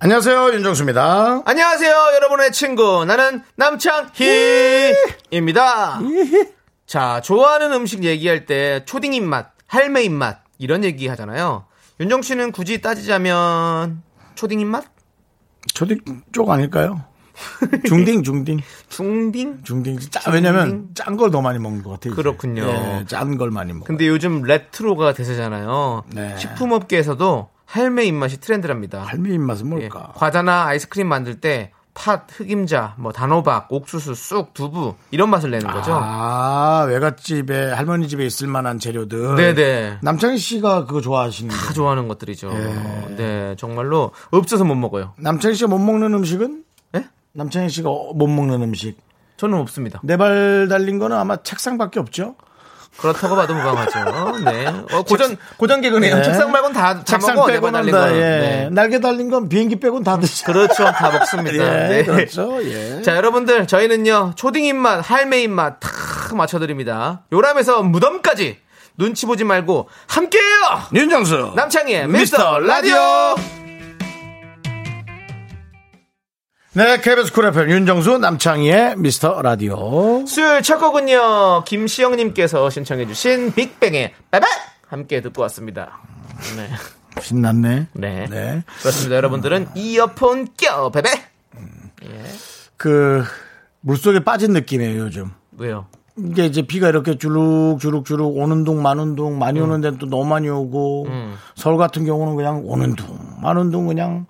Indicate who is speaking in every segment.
Speaker 1: 안녕하세요 윤정수입니다.
Speaker 2: 안녕하세요, 여러분의 친구. 나는 남창희입니다. 자, 좋아하는 음식 얘기할 때 초딩 입맛, 할매 입맛, 이런 얘기 하잖아요. 윤정 씨는 굳이 따지자면, 초딩 입맛?
Speaker 1: 초딩 쪽 아닐까요? 중딩 중딩
Speaker 2: 중딩?
Speaker 1: 중딩. 짜- 왜냐면 짠 걸 더 많이 먹는 것 같아요. 예,
Speaker 2: 그렇군요.
Speaker 1: 짠 걸 많이 먹.
Speaker 2: 근데 요즘 레트로가 대세잖아요.
Speaker 1: 네.
Speaker 2: 식품업계에서도 할매 입맛이 트렌드랍니다.
Speaker 1: 할미 입맛은
Speaker 2: 예,
Speaker 1: 뭘까?
Speaker 2: 과자나 아이스크림 만들 때 팥, 흑임자, 뭐 단호박, 옥수수, 쑥, 두부 이런 맛을 내는 거죠.
Speaker 1: 아 외갓집에 할머니 집에 있을 만한 재료들.
Speaker 2: 네네.
Speaker 1: 남창희 씨가 그거 좋아하시는.
Speaker 2: 다 좋아하는 것들이죠.
Speaker 1: 예.
Speaker 2: 네, 정말로 없어서 못 먹어요.
Speaker 1: 남창희 씨가 못 먹는 음식은?
Speaker 2: 예?
Speaker 1: 남창희 씨가 어- 못 먹는 음식.
Speaker 2: 저는 없습니다.
Speaker 1: 내 발 달린 거는 아마 책상밖에 없죠.
Speaker 2: 그렇다고 봐도 무방하죠. 네. 어, 고전 고전 개그네요.
Speaker 1: 예.
Speaker 2: 책상 말곤 다, 다
Speaker 1: 책상
Speaker 2: 먹어. 내가
Speaker 1: 빼고는
Speaker 2: 날린
Speaker 1: 다,
Speaker 2: 거는.
Speaker 1: 예.
Speaker 2: 네.
Speaker 1: 날개 달린 건 비행기 빼고는 다 드시죠.
Speaker 2: 그렇죠. 다 먹습니다.
Speaker 1: 예,
Speaker 2: 네.
Speaker 1: 그렇죠. 예.
Speaker 2: 자, 여러분들 저희는요. 초딩 입맛, 할매 입맛 다 맞춰 드립니다. 요람에서 무덤까지 눈치 보지 말고 함께해요.
Speaker 1: 윤정수.
Speaker 2: 남창희의 미스터 라디오.
Speaker 1: 네, KBS 쿨 FM 윤정수 남창희의 미스터 라디오.
Speaker 2: 수요일 첫 곡은요 김시영님께서 신청해주신 빅뱅의 빠밤 함께 듣고 왔습니다. 네,
Speaker 1: 신났네.
Speaker 2: 네.
Speaker 1: 네.
Speaker 2: 그렇습니다. 여러분들은 이어폰 껴 베베
Speaker 1: 그 물속에 빠진 느낌이에요, 요즘.
Speaker 2: 왜요?
Speaker 1: 이게 이제 비가 이렇게 주룩 주룩 주룩 오는 둥 마는 둥 많이
Speaker 2: 음.
Speaker 1: 오는 데는 또 너무 많이 오고 서울 같은 경우는 그냥 오는 둥 마는 둥 그냥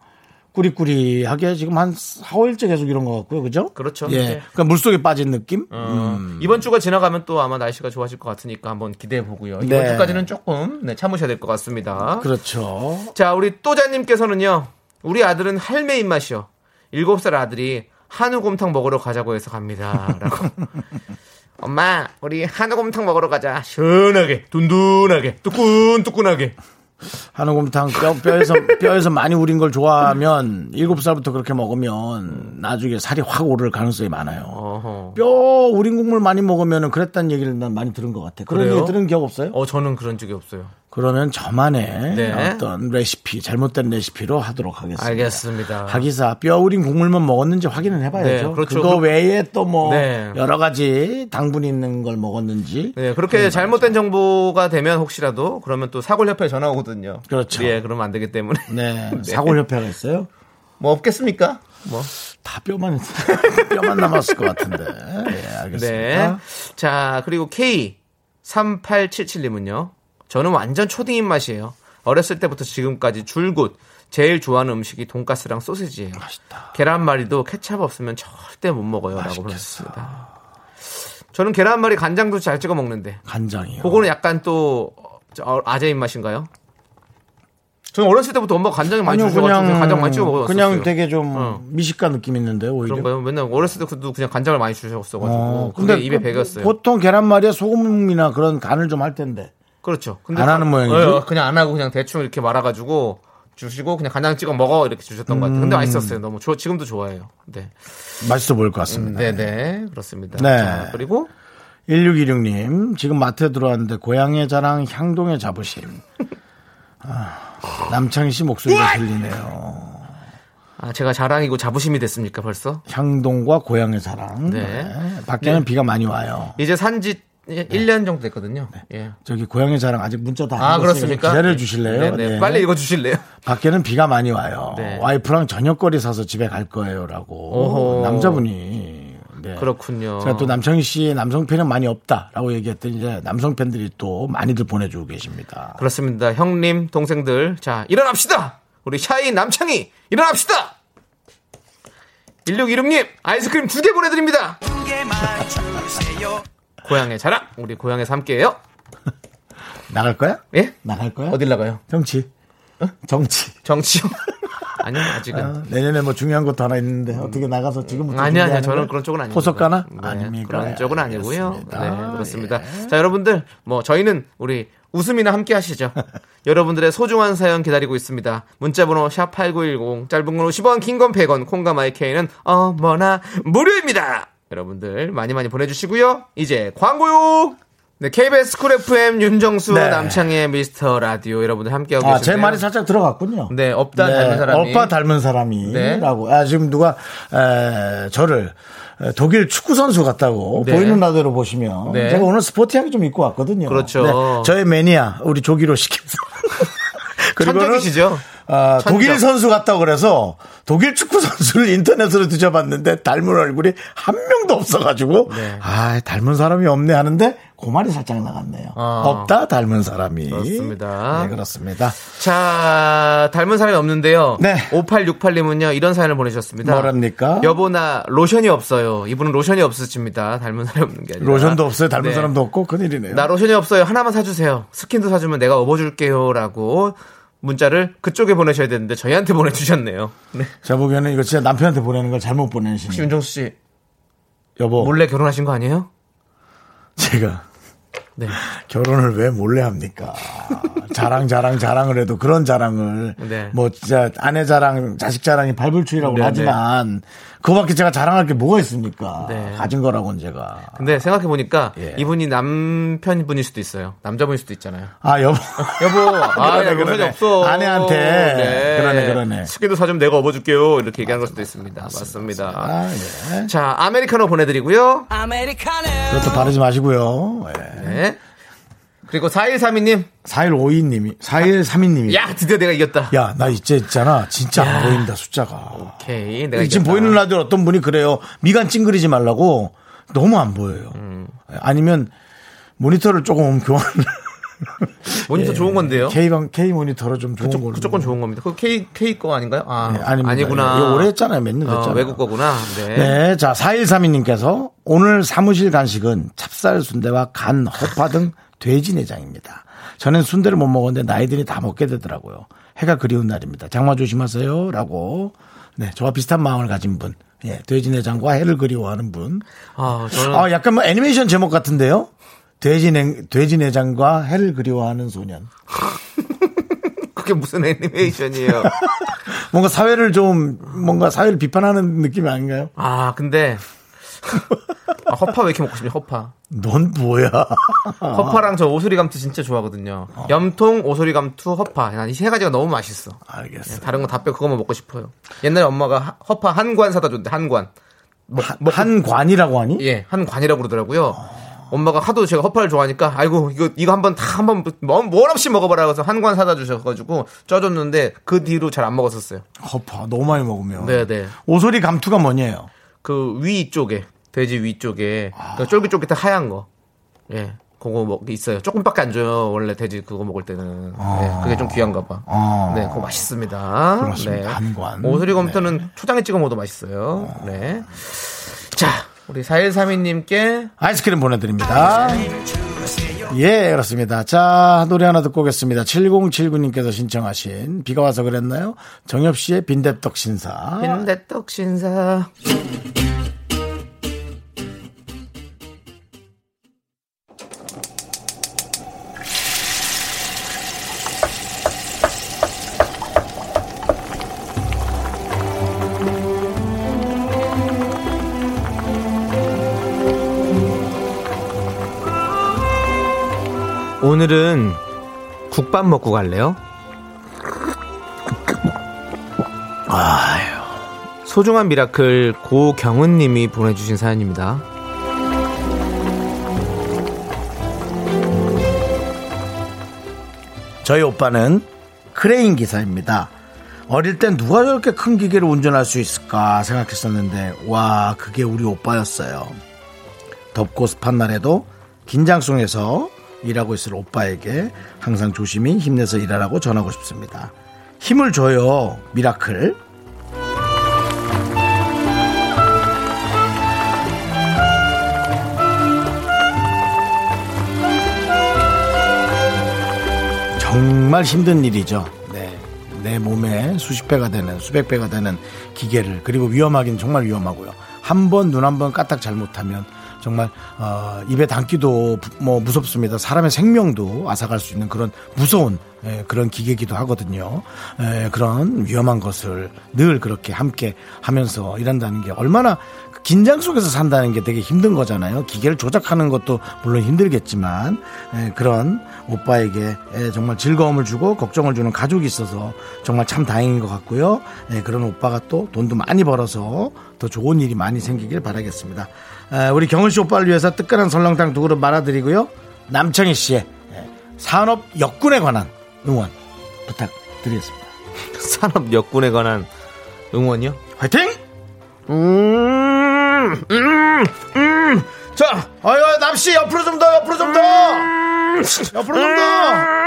Speaker 1: 꾸리꾸리하게 지금 한 4, 5일째 계속 이런 것 같고요. 그죠?
Speaker 2: 그렇죠.
Speaker 1: 예.
Speaker 2: 네.
Speaker 1: 그러니까 물속에 빠진 느낌? 음.
Speaker 2: 어, 이번 주가 지나가면 또 아마 날씨가 좋아질 것 같으니까 한번 기대해 보고요. 이번
Speaker 1: 네.
Speaker 2: 주까지는 조금 네, 참으셔야 될 것 같습니다.
Speaker 1: 그렇죠.
Speaker 2: 자, 우리 또자님께서는요. 우리 아들은 할매 입맛이요. 일곱 살 아들이 한우곰탕 먹으러 가자고 해서 갑니다. 라고. 엄마, 우리 한우곰탕 먹으러 가자. 시원하게, 둔둔하게, 뚜끈뚜끈하게.
Speaker 1: 한우곰탕 뼈, 뼈에서 뼈에서 많이 우린 걸 좋아하면 일곱 살부터 그렇게 먹으면 나중에 살이 확 오를 가능성이 많아요.
Speaker 2: 어허.
Speaker 1: 뼈 우린 국물 많이 먹으면 그랬다는 얘기를 난 많이 들은 것 같아. 그런
Speaker 2: 그래요?
Speaker 1: 얘기 들은 기억 없어요?
Speaker 2: 어, 저는 그런 적이 없어요.
Speaker 1: 그러면 저만의
Speaker 2: 네.
Speaker 1: 어떤 레시피 잘못된 레시피로 하도록 하겠습니다.
Speaker 2: 알겠습니다.
Speaker 1: 하기사 뼈 우린 국물만 먹었는지 확인을 해봐야죠.
Speaker 2: 네, 그렇죠.
Speaker 1: 그거
Speaker 2: 그-
Speaker 1: 외에 또 뭐
Speaker 2: 네.
Speaker 1: 여러 가지 당분이 있는 걸 먹었는지
Speaker 2: 네,
Speaker 1: 음,
Speaker 2: 그렇게 잘못된 정보가 되면 혹시라도 그러면 또 사골협회에 전화 오거든요.
Speaker 1: 그렇죠.
Speaker 2: 예, 그러면 안 되기 때문에.
Speaker 1: 네, 사골협회가 있어요.
Speaker 2: 뭐 없겠습니까? 뭐.
Speaker 1: 다 뼈만 뼈만 남았을 것 같은데. 예, 알겠습니다.
Speaker 2: 네. 자, 그리고 K3877님은요. 저는 완전 초딩 입맛이에요. 어렸을 때부터 지금까지 줄곧 제일 좋아하는 음식이 돈가스랑 소시지예요.
Speaker 1: 맛있다.
Speaker 2: 계란말이도 케찹 없으면 절대 못 먹어요. 라고 보냈습니다. 저는 계란말이 간장도 잘 찍어 먹는데.
Speaker 1: 간장이요.
Speaker 2: 그거는 약간 또 어, 저 아재 입맛인가요? 저는 어렸을 때부터 엄마가 간장이 많이
Speaker 1: 아니요,
Speaker 2: 주셔가지고
Speaker 1: 그냥
Speaker 2: 간장 많이 찍어 먹었어요.
Speaker 1: 그냥 되게 좀
Speaker 2: 어.
Speaker 1: 미식가 느낌 있는데 오히려.
Speaker 2: 그런가요? 맨날 어렸을 때도 그냥 간장을 많이 주셨어가지고
Speaker 1: 어,
Speaker 2: 근데 그게 입에
Speaker 1: 그-
Speaker 2: 배겼어요.
Speaker 1: 보통 계란말이에 소금이나 그런 간을 좀 할 텐데.
Speaker 2: 그렇죠.
Speaker 1: 안 하는 모양이죠?
Speaker 2: 어, 그냥 안 하고 그냥 대충 이렇게 말아가지고 주시고 그냥 간장 찍어 먹어 이렇게 주셨던 것 같아요.
Speaker 1: 음.
Speaker 2: 근데 맛있었어요. 너무 좋아. 지금도 좋아해요. 네,
Speaker 1: 맛있어 보일 것 같습니다.
Speaker 2: 네, 네, 그렇습니다.
Speaker 1: 네.
Speaker 2: 자, 그리고
Speaker 1: 1616님, 지금 마트에 들어왔는데 고향의 자랑 향동의 자부심. 아, 남창희 씨 목소리가 들리네요.
Speaker 2: 아, 제가 자랑이고 자부심이 됐습니까 벌써?
Speaker 1: 향동과 고향의 자랑.
Speaker 2: 네.
Speaker 1: 네. 밖에는 비가 많이 와요.
Speaker 2: 이제 산지 1년 정도 됐거든요.
Speaker 1: 네.
Speaker 2: 예.
Speaker 1: 저기 고향의 자랑 아직 문자 다
Speaker 2: 아
Speaker 1: 안 왔으니까
Speaker 2: 그렇습니까?
Speaker 1: 기다려 주실래요?
Speaker 2: 네, 네. 빨리 읽어 주실래요?
Speaker 1: 밖에는 비가 많이 와요.
Speaker 2: 네.
Speaker 1: 와이프랑 저녁거리 사서 집에 갈 거예요라고
Speaker 2: 오호.
Speaker 1: 남자분이. 네.
Speaker 2: 그렇군요.
Speaker 1: 제가 또 남창희 씨의 남성 팬은 많이 없다라고 얘기했더니 이제 남성 팬들이 또 많이들 보내주고 계십니다.
Speaker 2: 그렇습니다. 형님, 동생들. 자, 일어납시다! 우리 샤이 남창희, 일어납시다! 1616님, 아이스크림 두 개 보내드립니다! 고향의 자랑, 우리 고향에서 함께해요.
Speaker 1: 나갈 거야?
Speaker 2: 예?
Speaker 1: 나갈 거야?
Speaker 2: 어딜 나가요?
Speaker 1: 정치. 정치.
Speaker 2: 정치요. 아니요, 아직은.
Speaker 1: 아, 내년에 뭐 중요한 것도 하나 있는데 어떻게 나가서 지금부터
Speaker 2: 음. 아니 아니요
Speaker 1: 준비하는
Speaker 2: 저는
Speaker 1: 거?
Speaker 2: 그런 쪽은 아니고
Speaker 1: 포석 가나
Speaker 2: 네,
Speaker 1: 아닙니까
Speaker 2: 그런 쪽은 아니고요 네
Speaker 1: 알겠습니다. 예.
Speaker 2: 그렇습니다 자 여러분들 뭐 저희는 우리 웃음이나 함께 하시죠 여러분들의 소중한 사연 기다리고 있습니다 문자번호 샵8910 짧은 건 50원 긴 건 100원 콩과 마이케이는 어머나 무료입니다 여러분들 많이 많이 보내주시고요 이제 광고요 네, KBS 쿨 FM 윤정수
Speaker 1: 네.
Speaker 2: 남창의 미스터 라디오 여러분들 함께하고
Speaker 1: 아, 제
Speaker 2: 계신데요
Speaker 1: 말이 살짝 들어갔군요.
Speaker 2: 네, 없다 닮은 사람이. 네.
Speaker 1: 빠 닮은 사람이라고. 아, 지금 누가 에, 저를 에, 독일 축구 선수 같다고
Speaker 2: 네.
Speaker 1: 보이는 라디오로 보시면
Speaker 2: 네.
Speaker 1: 제가 오늘 스포티하게 좀 입고 왔거든요. 네,
Speaker 2: 그렇죠.
Speaker 1: 저의 매니아 우리 조기로 시켜서.
Speaker 2: 천적이시죠?
Speaker 1: 아,
Speaker 2: 천적.
Speaker 1: 독일 선수 같다고 그래서 독일 축구 선수를 인터넷으로 뒤져봤는데 닮은 얼굴이 한 명도 없어가지고
Speaker 2: 네.
Speaker 1: 아 닮은 사람이 없네 하는데 그 말이 살짝 나갔네요.
Speaker 2: 아.
Speaker 1: 없다 닮은 사람이
Speaker 2: 그렇습니다.
Speaker 1: 네 그렇습니다.
Speaker 2: 자, 닮은 사람이 없는데요.
Speaker 1: 네.
Speaker 2: 5868님은요, 이런 사연을 보내주셨습니다.
Speaker 1: 뭐랍니까?
Speaker 2: 여보, 나 로션이 없어요. 이분은 로션이 없으십니다. 닮은 사람이 없는 게 아니라.
Speaker 1: 로션도 없어요. 닮은
Speaker 2: 네.
Speaker 1: 사람도 없고 큰일이네요.
Speaker 2: 나 로션이 없어요. 하나만 사주세요. 스킨도 사주면 내가 업어줄게요. 라고 문자를 그쪽에 보내셔야 되는데 저희한테 보내주셨네요. 네.
Speaker 1: 제가 보기에는 이거 진짜 남편한테 보내는 걸 잘못 보내신
Speaker 2: 혹시
Speaker 1: 거예요.
Speaker 2: 윤정수 씨,
Speaker 1: 여보
Speaker 2: 몰래 결혼하신 거 아니에요?
Speaker 1: 제가
Speaker 2: 네.
Speaker 1: 결혼을 왜 몰래 합니까? 자랑 자랑 자랑을 해도 그런 자랑을
Speaker 2: 네.
Speaker 1: 뭐 진짜 아내 자랑 자식 자랑이 발불출이라고
Speaker 2: 네, 네.
Speaker 1: 하지만 그거밖에 제가 자랑할 게 뭐가 있습니까?
Speaker 2: 네.
Speaker 1: 가진 거라고는 제가
Speaker 2: 근데 생각해보니까
Speaker 1: 예.
Speaker 2: 이분이 남편분일 수도 있어요. 남자분일 수도 있잖아요.
Speaker 1: 아 여보
Speaker 2: 여보, 아,
Speaker 1: 그러네,
Speaker 2: 나 로션이
Speaker 1: 그러네.
Speaker 2: 없어.
Speaker 1: 아내한테. 그러네, 그러네.
Speaker 2: 스킨도 사주면 내가 업어줄게요. 이렇게 얘기한 걸 수도 있습니다. 맞습니다.
Speaker 1: 아, 예.
Speaker 2: 자, 아메리카노 보내드리고요.
Speaker 1: 그것도 바르지 마시고요. 예.
Speaker 2: 네. 그리고 4132님.
Speaker 1: 4152님이 4132님이
Speaker 2: 야, 드디어 내가 이겼다.
Speaker 1: 야, 나 이제 있잖아. 진짜 안 보인다, 숫자가.
Speaker 2: 오케이. 내가
Speaker 1: 지금
Speaker 2: 이겼다.
Speaker 1: 보이는 라디오 어떤 분이 그래요. 미간 찡그리지 말라고 너무 안 보여요.
Speaker 2: 음.
Speaker 1: 예, 아니면 모니터를 조금 교환을.
Speaker 2: 모니터 좋은
Speaker 1: 예.
Speaker 2: 건데요.
Speaker 1: K방, K 모니터로 좀 좋은
Speaker 2: 그쪽,
Speaker 1: 걸로.
Speaker 2: 그건 좋은 겁니다. 그 K, K 거 아닌가요? 아,
Speaker 1: 네, 아닙니다.
Speaker 2: 구나 어,
Speaker 1: 이거 오래 했잖아요. 몇 년 됐잖아요.
Speaker 2: 외국 거구나. 네.
Speaker 1: 네, 자, 4132님께서 오늘 사무실 간식은 찹쌀 순대와 간, 허파 등 돼지 내장입니다. 저는 순대를 못 먹었는데 나이들이 다 먹게 되더라고요. 해가 그리운 날입니다. 장마 조심하세요. 라고. 네, 저와 비슷한 마음을 가진 분. 예, 돼지 내장과 해를 그리워하는 분.
Speaker 2: 아, 저는.
Speaker 1: 아, 약간 뭐 애니메이션 제목 같은데요? 돼지, 내, 돼지 내장과 해를 그리워하는 소년.
Speaker 2: 그게 무슨 애니메이션이에요.
Speaker 1: 뭔가 사회를 좀, 뭔가 사회를 비판하는 느낌 아닌가요?
Speaker 2: 아, 근데. 아, 허파 왜 이렇게 먹고 싶냐, 허파.
Speaker 1: 넌 뭐야? 어.
Speaker 2: 허파랑 저 오소리 감투 진짜 좋아하거든요. 염통, 오소리 감투, 허파. 난 이 세 가지가 너무 맛있어. 예,
Speaker 1: 알겠어.
Speaker 2: 다른 거 다 빼고 그거만 먹고 싶어요. 옛날에 엄마가 하- 허파 한 관 사다 줬는데 한 관.
Speaker 1: 한- 한관이라고 하니?
Speaker 2: 예, 한 관이라고 그러더라고요.
Speaker 1: 어.
Speaker 2: 엄마가 하도 제가 허파를 좋아하니까 아이고 이거 이거 한번 다 한번 뭐- 뭘 없이 먹어봐라 해서 한 관 사다 주셔가지고 쪄줬는데 그 뒤로 잘 안 먹었었어요.
Speaker 1: 허파 너무 많이 먹으면
Speaker 2: 네네.
Speaker 1: 오소리 감투가 뭐냐요?
Speaker 2: 그 위 쪽에 돼지 위 쪽에
Speaker 1: 아.
Speaker 2: 그 쫄깃쫄깃한 하얀 거. 예. 그거 먹 있어요. 조금밖에 안 줘요. 원래 돼지 그거 먹을 때는. 예, 그게 좀 귀한가 봐.
Speaker 1: 아.
Speaker 2: 네, 그거 맛있습니다.
Speaker 1: 그렇습니다.
Speaker 2: 네.
Speaker 1: 한관. 네.
Speaker 2: 오소리 검토는 초장에 찍어 먹어도 맛있어요. 네. 자, 우리 4132님께
Speaker 1: 아이스크림 보내드립니다. 예, 그렇습니다. 자, 노래 하나 듣고 오겠습니다. 7079님께서 신청하신 비가 와서 그랬나요? 정엽 씨의 빈대떡 신사.
Speaker 2: 어. 빈대떡 신사. 오늘은 국밥 먹고 갈래요? 소중한 미라클 고경은 님이 보내주신 사연입니다.
Speaker 1: 저희 오빠는 크레인 기사입니다. 어릴 땐 누가 저렇게 큰 기계를 운전할 수 있을까 생각했었는데, 와, 그게 우리 오빠였어요. 덥고 습한 날에도 긴장 속에서 일하고 있을 오빠에게 항상 조심히 힘내서 일하라고 전하고 싶습니다. 힘을 줘요, 미라클. 정말 힘든 일이죠. 네. 내 몸에 수십 배가 되는 수백 배가 되는 기계를 그리고 위험하긴 정말 위험하고요. 한 번 눈 한 번 까딱 잘못하면 정말 어, 입에 담기도 부- 뭐 무섭습니다. 사람의 생명도 앗아갈 수 있는 그런 무서운 예, 그런 기계기도 하거든요. 예, 그런 위험한 것을 늘 그렇게 함께 하면서 일한다는 게 얼마나 그 긴장 속에서 산다는 게 되게 힘든 거잖아요. 기계를 조작하는 것도 물론 힘들겠지만 예, 그런 오빠에게 예, 정말 즐거움을 주고 걱정을 주는 가족이 있어서 정말 참 다행인 것 같고요. 예, 그런 오빠가 또 돈도 많이 벌어서 더 좋은 일이 많이 생기길 바라겠습니다. 에, 우리 경은 씨 오빠를 위해서 뜨끈한 설렁탕 두 그릇 말아드리고요. 남창희 씨의 에, 산업 역군에 관한 응원 부탁드리겠습니다.
Speaker 2: 산업 여군에 관한 응원이요?
Speaker 1: 화이팅!
Speaker 2: 음, 음, 음. 자,
Speaker 1: 어이, 남씨 옆으로 좀 더, 옆으로 좀 더! 옆으로 좀 더!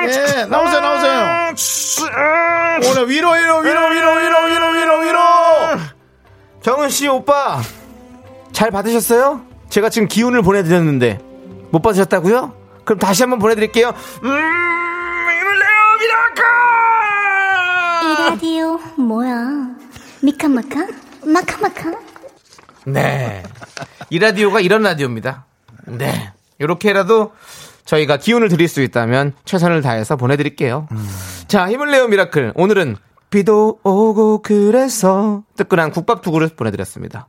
Speaker 1: 예, 나오세요, 나오세요. 오늘 위로, 위로, 위로, 위로, 위로, 위로, 위로, 위로!
Speaker 2: 정은 씨 오빠 잘 받으셨어요? 제가 지금 기운을 보내드렸는데 못 받으셨다고요? 그럼 다시 한번 보내드릴게요. 음, 힘을 내요,
Speaker 3: 이
Speaker 2: 미라클!
Speaker 3: 라디오 뭐야 미카마카 마카마카
Speaker 2: 네, 이 라디오가 이런 라디오입니다. 네, 이렇게라도 저희가 기운을 드릴 수 있다면 최선을 다해서 보내드릴게요. 자, 힘을 내요, 미라클. 오늘은 비도 오고 그래서 뜨끈한 국밥 두 그릇 보내드렸습니다.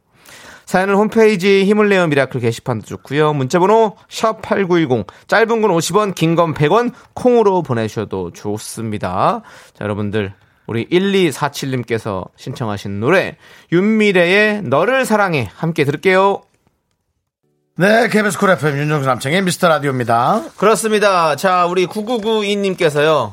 Speaker 2: 사연은 홈페이지 힘을 내어 미라클 게시판도 좋고요. 문자번호 샵8910 짧은 건 50원 긴 건 100원 콩으로 보내셔도 좋습니다. 자 여러분들 우리 1247님께서 신청하신 노래 윤미래의 너를 사랑해 함께 들을게요.
Speaker 1: 네, KBS 쿨 FM 윤정수 남창의 미스터 라디오입니다.
Speaker 2: 그렇습니다. 자 우리 9992님께서요.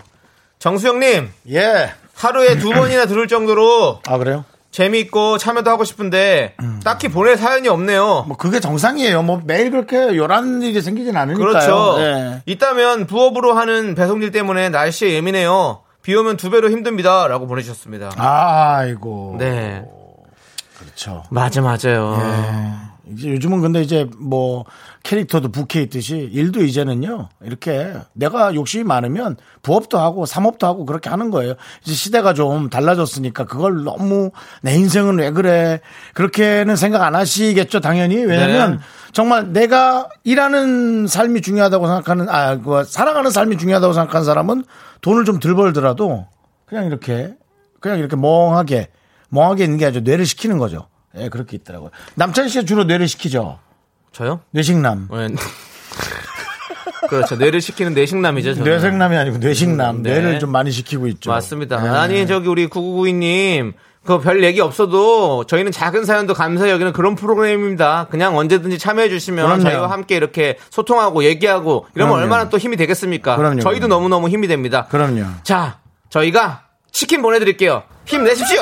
Speaker 2: 정수영님
Speaker 1: 예.
Speaker 2: 하루에 두 번이나 들을 정도로
Speaker 1: 아, 그래요?
Speaker 2: 재미있고 참여도 하고 싶은데 딱히 보낼 사연이 없네요.
Speaker 1: 뭐 그게 정상이에요. 뭐 매일 그렇게 요란 일이 생기진 않으니까요.
Speaker 2: 그렇죠.
Speaker 1: 예.
Speaker 2: 있다면 부업으로 하는 배송일 때문에 날씨에 예민해요. 비 오면 두 배로 힘듭니다. 라고 보내주셨습니다.
Speaker 1: 아. 아이고.
Speaker 2: 네.
Speaker 1: 그렇죠.
Speaker 2: 맞아, 맞아요.
Speaker 1: 예. 네. 이제 요즘은 근데 이제 뭐 캐릭터도 부캐 있듯이 일도 이제는요 이렇게 내가 욕심이 많으면 부업도 하고 삼업도 하고 그렇게 하는 거예요. 이제 시대가 좀 달라졌으니까 그걸 너무 내 인생은 왜 그래 그렇게는 생각 안 하시겠죠 당연히 왜냐면
Speaker 2: 네.
Speaker 1: 정말 내가 일하는 삶이 중요하다고 생각하는 아그 살아가는 삶이 중요하다고 생각하는 사람은 돈을 좀 덜 벌더라도 그냥 이렇게 그냥 이렇게 멍하게 멍하게 있는 게 아니죠 뇌를 식히는 거죠. 예, 그렇게 있더라고요. 남찬 씨가 주로 뇌를 식히죠.
Speaker 2: 저요?
Speaker 1: 뇌식남.
Speaker 2: 네. 그렇죠. 뇌를 식히는 뇌식남이죠. 저는.
Speaker 1: 뇌생남이 아니고 뇌식남.
Speaker 2: 음, 네.
Speaker 1: 뇌를 좀 많이 식히고 있죠.
Speaker 2: 맞습니다.
Speaker 1: 예.
Speaker 2: 아니, 저기 우리 9992님. 그거 별 얘기 없어도 저희는 작은 사연도 감사히 여기는 그런 프로그램입니다. 그냥 언제든지 참여해 주시면
Speaker 1: 그럼요.
Speaker 2: 저희와 함께 이렇게 소통하고 얘기하고 이러면
Speaker 1: 그럼요.
Speaker 2: 얼마나 또 힘이 되겠습니까?
Speaker 1: 그럼요.
Speaker 2: 저희도 너무너무 힘이 됩니다.
Speaker 1: 그럼요.
Speaker 2: 자, 저희가 치킨 보내드릴게요. 힘내십시오.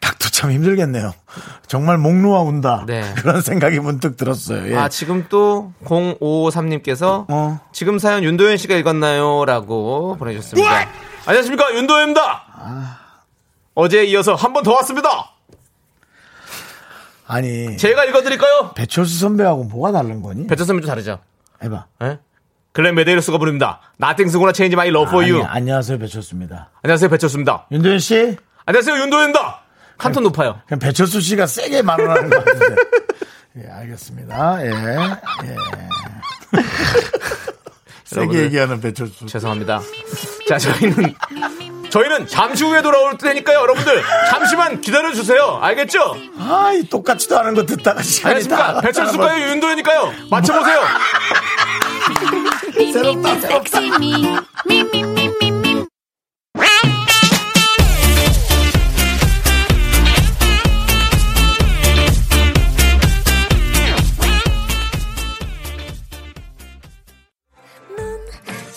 Speaker 1: 닭도 참 힘들겠네요. 정말 목 놓아 운다.
Speaker 2: 네.
Speaker 1: 그런 생각이 문득 들었어요. 예.
Speaker 2: 아, 지금 또 0553님께서
Speaker 1: 어.
Speaker 2: 지금 사연 윤도현 씨가 읽었나요? 라고 보내주셨습니다. 안녕하십니까. 윤도현입니다. 어제에 이어서 한 번 더 왔습니다.
Speaker 1: 아니
Speaker 2: 제가 읽어드릴까요?
Speaker 1: 배철수 선배하고 뭐가 다른 거니?
Speaker 2: 배철 선배 좀 다르죠.
Speaker 1: 해봐.
Speaker 2: 예? 글렌 메데이로스가 부릅니다. Nothing's gonna change my love for
Speaker 1: 아니,
Speaker 2: you.
Speaker 1: 안녕하세요 배철수입니다.
Speaker 2: 안녕하세요. 배철수입니다.
Speaker 1: 윤도현 씨,
Speaker 2: 안녕하세요. 윤도현입니다. 한 톤 높아요.
Speaker 1: 그냥 배철수 씨가 세게 말을 하는 것 같은데. 예, 알겠습니다. 예, 예. 세게
Speaker 2: 여러분들.
Speaker 1: 얘기하는 배철수.
Speaker 2: 죄송합니다. 자, 저희는 저희는 잠시 후에 돌아올 테니까요, 여러분들 잠시만 기다려 주세요. 알겠죠?
Speaker 1: 아, 이 똑같지도 않은 거 듣다가 시간이
Speaker 2: 알겠습니까?
Speaker 1: 다.
Speaker 2: 배철수가요, 윤도현이까요. 맞춰 보세요.
Speaker 1: 새롭다, 새롭다.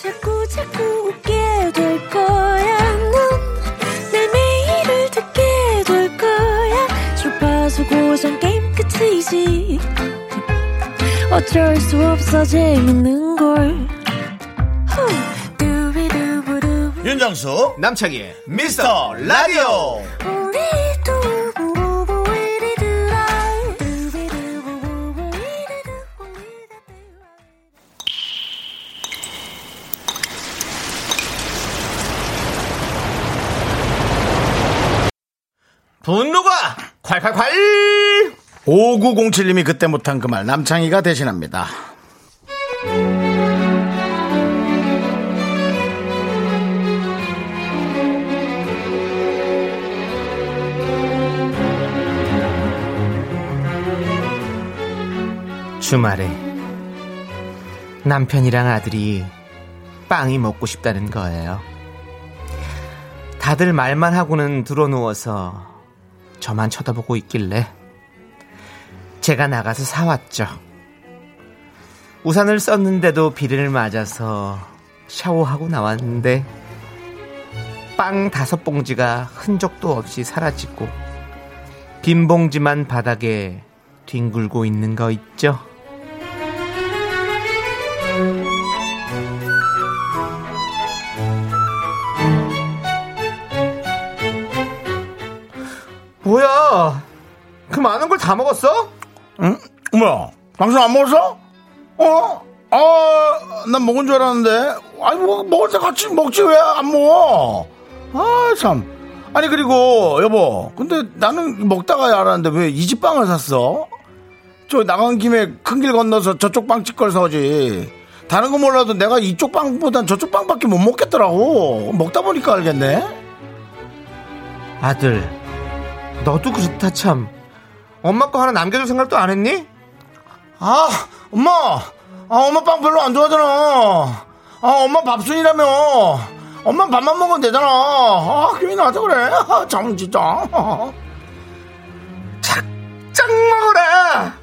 Speaker 4: 자꾸 자꾸 웃게 될 거야. 넌내 매일을 듣게 될 거야. 주파수 고정 게임 끝이지. 어쩔 수 없어 재밌는 걸. 후. 두비두부두.
Speaker 1: 윤정수
Speaker 2: 남창희.
Speaker 1: 미스터 라디오
Speaker 4: 우리 두부부부 우리 두라. 두비두부부부 우리 두부 우리 두라.
Speaker 2: 콸콸콸!
Speaker 1: 5907님이 그때 못한 그 말 남창희가 대신합니다.
Speaker 2: 주말에 남편이랑 아들이 빵이 먹고 싶다는 거예요. 다들 말만 하고는 들어 누워서 저만 쳐다보고 있길래 제가 나가서 사왔죠. 우산을 썼는데도 비를 맞아서 샤워하고 나왔는데 빵 다섯 봉지가 흔적도 없이 사라지고 빈 봉지만 바닥에 뒹굴고 있는 거 있죠? 뭐야? 그 많은 걸 다 먹었어?
Speaker 1: 응? 어머, 당신 안 먹었어? 어? 아, 난 먹은 줄 알았는데. 아니, 뭐, 먹을 때 같이 먹지 왜 안 먹어? 아, 참. 아니, 그리고, 여보. 근데 나는 먹다가 알았는데 왜 이 집 빵을 샀어? 저 나간 김에 큰 길 건너서 저쪽 빵집 걸 사지. 다른 거 몰라도 내가 이쪽 빵보단 저쪽 빵밖에 못 먹겠더라고. 먹다 보니까 알겠네.
Speaker 2: 아들, 너도 그렇다 참. 엄마 거 하나 남겨줄 생각도 안 했니?
Speaker 1: 아, 엄마! 아, 엄마 빵 별로 안 좋아하잖아. 아, 엄마 밥순이라며. 엄마 밥만 먹으면 되잖아. 아, 괜히 나한테 그래. 아, 참, 진짜.
Speaker 2: 짱 먹어라!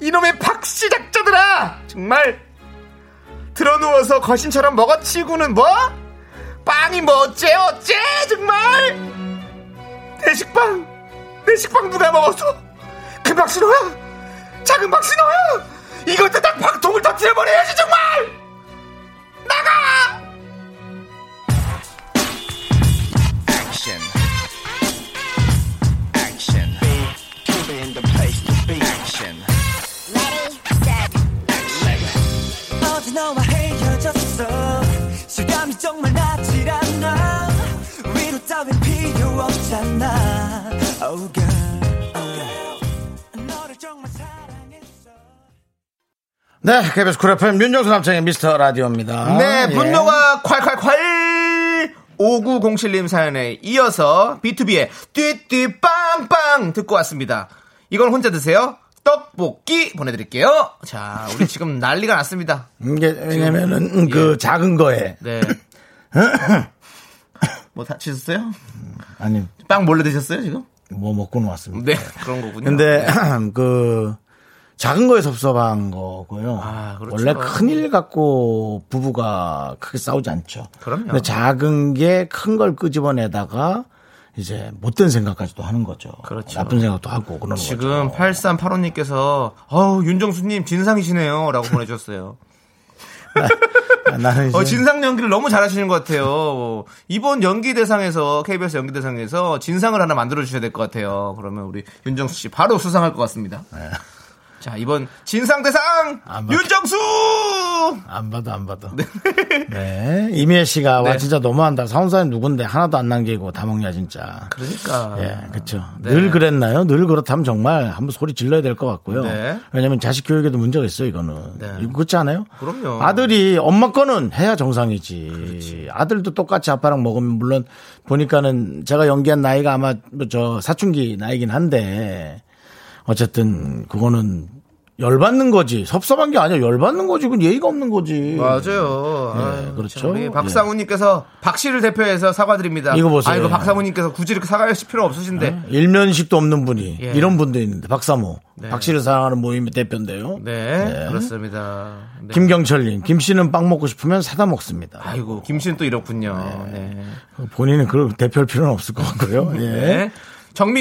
Speaker 2: 이놈의 박시작자들아! 정말! 들어누워서 거신처럼 먹어치우고는 뭐? 빵이 뭐 어째 어째 정말! 내 식빵! 내 식빵 누가 먹었어? 큰 박신호야? 작은 박신호야? 이것도 다 박통을 터뜨려버려야지 정말! 나가!
Speaker 5: 어제 너와 헤어졌어 실감이 정말 나질 않아 위로 따윈 필요 없잖아 Oh girl, oh girl. 너를 정말 사랑했어
Speaker 1: 네, KBS 쿨 FM 윤정수 남창의 미스터 라디오입니다.
Speaker 2: 네,
Speaker 1: 예.
Speaker 2: 분노가 콸콸콸! 5907님 사연에 이어서 B2B의 띠띠 빵빵 듣고 왔습니다. 이건 혼자 드세요. 떡볶이 보내드릴게요. 자, 우리 지금 난리가 났습니다.
Speaker 1: 예. 이게, 왜냐면은, 그, 작은 거에.
Speaker 2: 네. 뭐 다치셨어요?
Speaker 1: 아니,
Speaker 2: 빵 몰래 드셨어요, 지금?
Speaker 1: 뭐 먹고는 왔습니다.
Speaker 2: 네, 그런 거군요.
Speaker 1: 근데,
Speaker 2: 네.
Speaker 1: 그, 작은 거에 섭섭한 거고요.
Speaker 2: 아, 그렇죠.
Speaker 1: 원래 큰 일 갖고 부부가 크게 싸우지 않죠.
Speaker 2: 그럼요.
Speaker 1: 근데 작은 게 큰 걸 끄집어내다가 이제 못된 생각까지도 하는 거죠.
Speaker 2: 그렇죠.
Speaker 1: 나쁜 생각도 하고 그런 거죠.
Speaker 2: 지금 8385님께서 어우, 윤정수님 진상이시네요. 라고 보내주셨어요.
Speaker 1: 아, 나는 이제
Speaker 2: 어, 진상 연기를 너무 잘하시는 것 같아요. 이번 연기 대상에서 KBS 연기 대상에서 진상을 하나 만들어 주셔야 될 것 같아요. 그러면 우리 윤정수 씨 바로 수상할 것 같습니다. 자 이번 진상 대상
Speaker 1: 네. 아, 막-
Speaker 2: 윤정수.
Speaker 1: 안 봐도 안 봐도. 네. 이미혜 씨가 와
Speaker 2: 네.
Speaker 1: 진짜 너무한다. 사원사님 누군데 하나도 안 남기고 다 먹냐 진짜.
Speaker 2: 그러니까
Speaker 1: 예, 그렇죠.
Speaker 2: 네.
Speaker 1: 늘 그랬나요? 늘 그렇다면 정말 한번 소리 질러야 될 것 같고요.
Speaker 2: 네.
Speaker 1: 왜냐하면 자식 교육에도 문제가 있어요. 이거는
Speaker 2: 네.
Speaker 1: 이거 그렇지 않아요?
Speaker 2: 그럼요.
Speaker 1: 아들이 엄마 거는 해야 정상이지. 아들도 똑같이 아빠랑 먹으면 물론 보니까는 제가 연기한 나이가 아마 뭐저 사춘기 나이긴 한데 어쨌든 그거는 열받는 거지. 섭섭한 게 아니야. 열받는 거지. 그건 예의가 없는 거지.
Speaker 2: 맞아요.
Speaker 1: 예,
Speaker 2: 아유,
Speaker 1: 그렇죠.
Speaker 2: 참, 우리 박상우님께서 박씨를 대표해서 사과드립니다.
Speaker 1: 이거 보세요. 네.
Speaker 2: 아 이거 박상우님께서 굳이 이렇게 사과하실 필요 없으신데.
Speaker 1: 일면식도 없는 분이
Speaker 2: 예.
Speaker 1: 이런 분도 있는데 박사모
Speaker 2: 네.
Speaker 1: 박씨를 사랑하는 모임의 대표인데요.
Speaker 2: 네, 그렇습니다. 네.
Speaker 1: 김경철님, 김 씨는 빵 먹고 싶으면 사다 먹습니다.
Speaker 2: 아이고 김씨는 또 이렇군요. 네.
Speaker 1: 본인은 그걸 대표할 필요는 없을 것 같고요. 예.
Speaker 2: 네.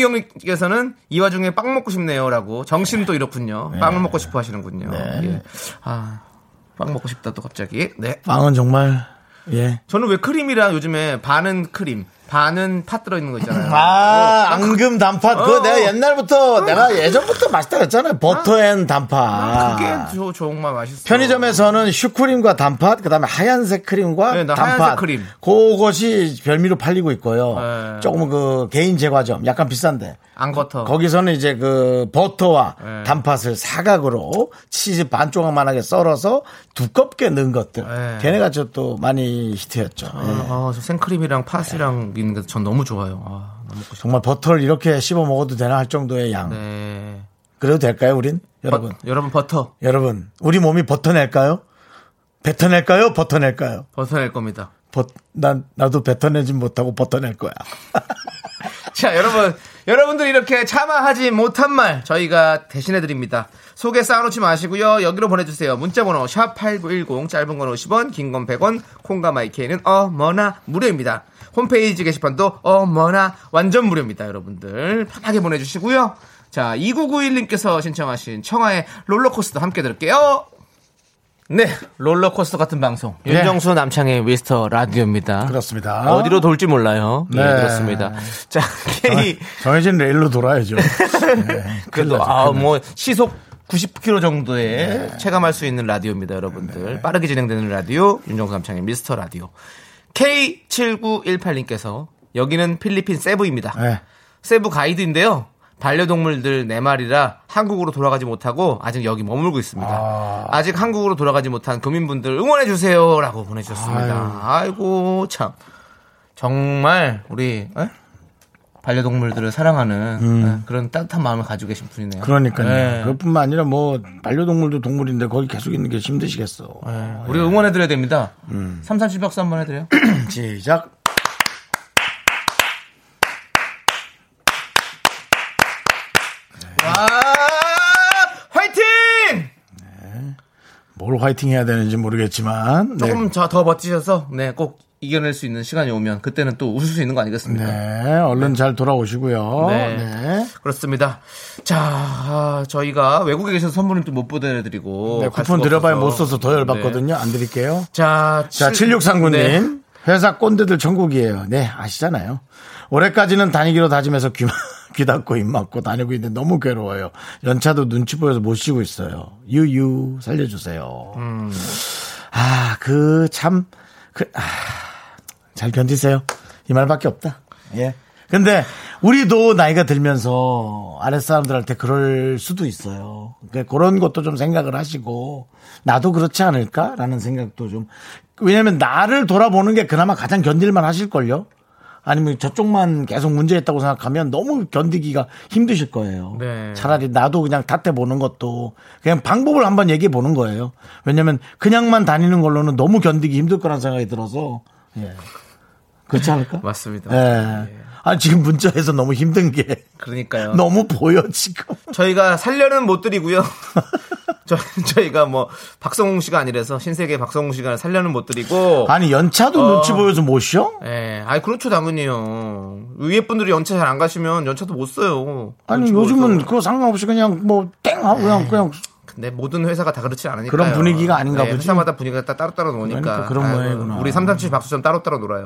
Speaker 2: 정미경님께서는 이 와중에 빵 먹고 싶네요라고 정신도 이렇군요.
Speaker 1: 네.
Speaker 2: 빵을 먹고 싶어 하시는군요. 예. 아, 빵 먹고 싶다 또 갑자기. 네.
Speaker 1: 빵은 정말 예.
Speaker 2: 저는 왜 크림이랑 요즘에 반은 크림, 반은 팥 들어있는 거 있잖아요.
Speaker 1: 아, 앙금 단팥. 그거
Speaker 2: 어.
Speaker 1: 내가 옛날부터, 내가 예전부터 맛있다 그랬잖아요. 버터 앤 단팥.
Speaker 2: 아, 그게 저 정말 맛있어.
Speaker 1: 아. 편의점에서는 슈크림과 단팥, 그 다음에 하얀색 크림과
Speaker 2: 네, 나
Speaker 1: 단팥.
Speaker 2: 하얀색 크림.
Speaker 1: 그것이 별미로 팔리고 있고요.
Speaker 2: 네. 아,
Speaker 1: 조금 그 개인 제과점, 약간 비싼데.
Speaker 2: 안버터.
Speaker 1: 거기서는 이제 그 버터와
Speaker 2: 어. 네.
Speaker 1: 단팥을 사각으로 치즈 반 조각만하게 썰어서 두껍게 넣은 것들.
Speaker 2: 네.
Speaker 1: 걔네가 저 또 많이 히트였죠. 예.
Speaker 2: 아, 저 생크림이랑 팥이랑 있는 게 전 너무 좋아요. 아, 너무 먹고 싶
Speaker 1: 정말 버터를 이렇게 씹어 먹어도 되나 할 정도의 양.
Speaker 2: 네.
Speaker 1: 그래도 될까요, 우린? 여러분.
Speaker 2: 버, 여러분 버터.
Speaker 1: 여러분, 우리 몸이 버텨낼까요? 뱉어낼까요? 버텨낼까요?
Speaker 2: 버텨낼 겁니다.
Speaker 1: 버, 난, 나도 뱉어내진 못하고 버텨낼 거야.
Speaker 2: 자, 여러분. 여러분들 이렇게 참아하지 못한 말 저희가 대신해 드립니다. 속에 쌓아놓지 마시고요. 여기로 보내주세요. 문자번호 샵 8910 짧은 건 50원 긴 건 100원 콩과 마이케이는 어머나 무료입니다. 홈페이지 게시판도 어머나 완전 무료입니다. 여러분들 편하게 보내주시고요. 자 2991님께서 신청하신 청하의 롤러코스터 함께 들을게요. 네 롤러코스터 같은 방송 네. 윤정수 남창의 미스터 라디오입니다.
Speaker 1: 그렇습니다.
Speaker 2: 어디로 돌지 몰라요. 네,
Speaker 1: 네.
Speaker 2: 그렇습니다. 자, K
Speaker 1: 정해진 레일로 돌아야죠. 네,
Speaker 2: 그래도 아뭐 네. 시속 90km 정도에 체감할 수 있는 라디오입니다, 여러분들. 빠르게 진행되는 라디오 윤정수 남창의 미스터 라디오. K7918님께서 여기는 필리핀 세부입니다.
Speaker 1: 네.
Speaker 2: 세부 가이드인데요. 반려동물들 네마리라 한국으로 돌아가지 못하고 아직 여기 머물고 있습니다. 아... 직 한국으로 돌아가지 못한 교민분들 응원해 주세요라고 보내 주셨습니다. 아이고참 정말 우리 에? 반려동물들을 사랑하는 에, 그런 따뜻한 마음을 가지고 계신
Speaker 1: 음.
Speaker 2: 분이네요.
Speaker 1: 그러니까요.
Speaker 2: 예.
Speaker 1: 그것뿐만 아니라 뭐, 반려동물도 동물인데 거기 계속 있는 게 힘드시겠어.
Speaker 2: 우리가 응원해 드려야 됩니다.
Speaker 1: 음.
Speaker 2: 삼 3, 7 박수 한번 해 드려요.
Speaker 1: 시작.
Speaker 2: 와! 아, 화이팅!
Speaker 1: 네. 뭘 화이팅 해야 되는지 모르겠지만. 네.
Speaker 2: 조금 저 더 멋지셔서 네, 꼭 이겨낼 수 있는 시간이 오면 그때는 또 웃을 수 있는 거 아니겠습니까?
Speaker 1: 네, 얼른 잘 돌아오시고요.
Speaker 2: 네.
Speaker 1: 네.
Speaker 2: 그렇습니다. 자, 아, 저희가 외국에 계셔서 선물은 또 못 보내드리고.
Speaker 1: 네,
Speaker 2: 갈
Speaker 1: 쿠폰
Speaker 2: 수가
Speaker 1: 드려봐야
Speaker 2: 없어서.
Speaker 1: 못 써서 더
Speaker 2: 네.
Speaker 1: 열받거든요. 안 드릴게요.
Speaker 2: 자,
Speaker 1: 자,
Speaker 2: 칠-
Speaker 1: 7639님.
Speaker 2: 네.
Speaker 1: 회사 꼰대들 천국이에요. 네, 아시잖아요. 올해까지는 다니기로 다짐해서 귀, 귀 닫고 입 막고 다니고 있는데 너무 괴로워요. 연차도 눈치 보여서 못 쉬고 있어요. 유유, 살려주세요.
Speaker 2: 음.
Speaker 1: 아, 그, 참, 그, 아, 잘 견디세요. 이 말밖에 없다. 예. 근데 우리도 나이가 들면서 아랫사람들한테 그럴 수도 있어요. 그러니까 그런 것도 좀 생각을 하시고 나도 그렇지 않을까라는 생각도 좀 왜냐면 나를 돌아보는 게 그나마 가장 견딜만 하실걸요. 아니면 저쪽만 계속 문제있다고 생각하면 너무 견디기가 힘드실 거예요.
Speaker 2: 네.
Speaker 1: 차라리 나도 그냥 탓해 보는 것도 그냥 방법을 한번 얘기해 보는 거예요. 왜냐면 그냥만 다니는 걸로는 너무 견디기 힘들 거란 생각이 들어서 예. 그렇지 않을까?
Speaker 2: 맞습니다.
Speaker 1: 예. 아 지금 문자에서 너무 힘든 게
Speaker 2: 그러니까요.
Speaker 1: 너무 보여 지금.
Speaker 2: 저희가 살려는 못 드리고요. 저, 저희가 뭐, 박성웅 씨가 아니라서 신세계 박성웅 씨가 살려는 못 드리고.
Speaker 1: 아니 연차도
Speaker 2: 어.
Speaker 1: 눈치 보여서 못 쉬어?
Speaker 2: 예, 아이, 그렇죠, 당연히요. 위에 분들이 연차 잘 안 가시면 연차도 못 써요. 그렇죠,
Speaker 1: 아니
Speaker 2: 눈치
Speaker 1: 요즘은
Speaker 2: 보여서.
Speaker 1: 그거 상관없이 그냥 뭐 땡 하고 그냥 그냥
Speaker 2: 근데 모든 회사가 다 그렇지 않으니까.
Speaker 1: 그런 분위기가 아닌가 보지.
Speaker 2: 회사마다 분위기가 다 따로따로 노니까.
Speaker 1: 그러니까 그런
Speaker 2: 아이고,
Speaker 1: 모양이구나.
Speaker 2: 우리 337 박수점 따로따로 놀아요.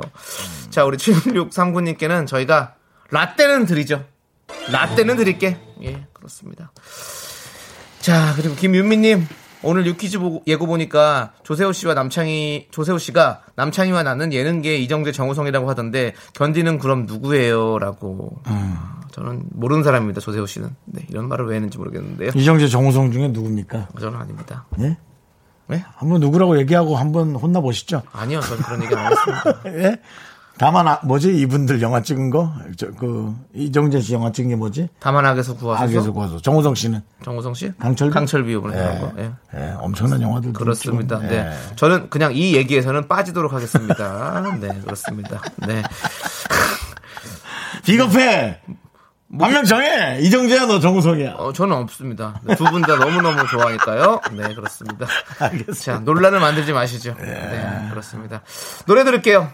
Speaker 2: 자, 우리 7639님께는 저희가 라떼는 드리죠. 라떼는 드릴게. 예, 그렇습니다. 자, 그리고 김윤미님. 오늘 유퀴즈 보고- 예고 보니까 조세호 씨와 남창희, 조세호 씨가 남창희와 나는 예능계 이정재 정우성이라고 하던데 견디는 그럼 누구예요? 라고.
Speaker 1: 음.
Speaker 2: 저는 모르는 사람입니다, 조세호 씨는. 네, 이런 말을 왜 했는지 모르겠는데요.
Speaker 1: 이정재 정우성 중에 누굽니까?
Speaker 2: 저는 아닙니다.
Speaker 1: 예?
Speaker 2: 예?
Speaker 1: 한번 누구라고 얘기하고 한번 혼나 보시죠.
Speaker 2: 아니요, 저는 그런 얘기 안 했습니다.
Speaker 1: 예? 다만 아, 뭐지 이분들 영화 찍은 거? 저, 그 이정재 씨 영화 찍은 게 뭐지?
Speaker 2: 다만 악에서 구하소서.
Speaker 1: 악에서 구워서 정우성 씨는
Speaker 2: 정우성 씨?
Speaker 1: 강철비?
Speaker 2: 강철비 이번에 나온 거. 예.
Speaker 1: 예, 엄청난 영화들
Speaker 2: 그렇습니다. 네.
Speaker 1: 예.
Speaker 2: 저는 그냥 이 얘기에서는 빠지도록 하겠습니다. 네, 그렇습니다. 네.
Speaker 1: 비겁해. 반명 정해. 이정재야 너 정우성이야.
Speaker 2: 어, 저는 없습니다. 두 분 다 너무너무 좋아하니까요. 네, 그렇습니다.
Speaker 1: 알겠습니다. 예.
Speaker 2: 자, 논란을 만들지 마시죠. 네, 그렇습니다. 노래 들을게요.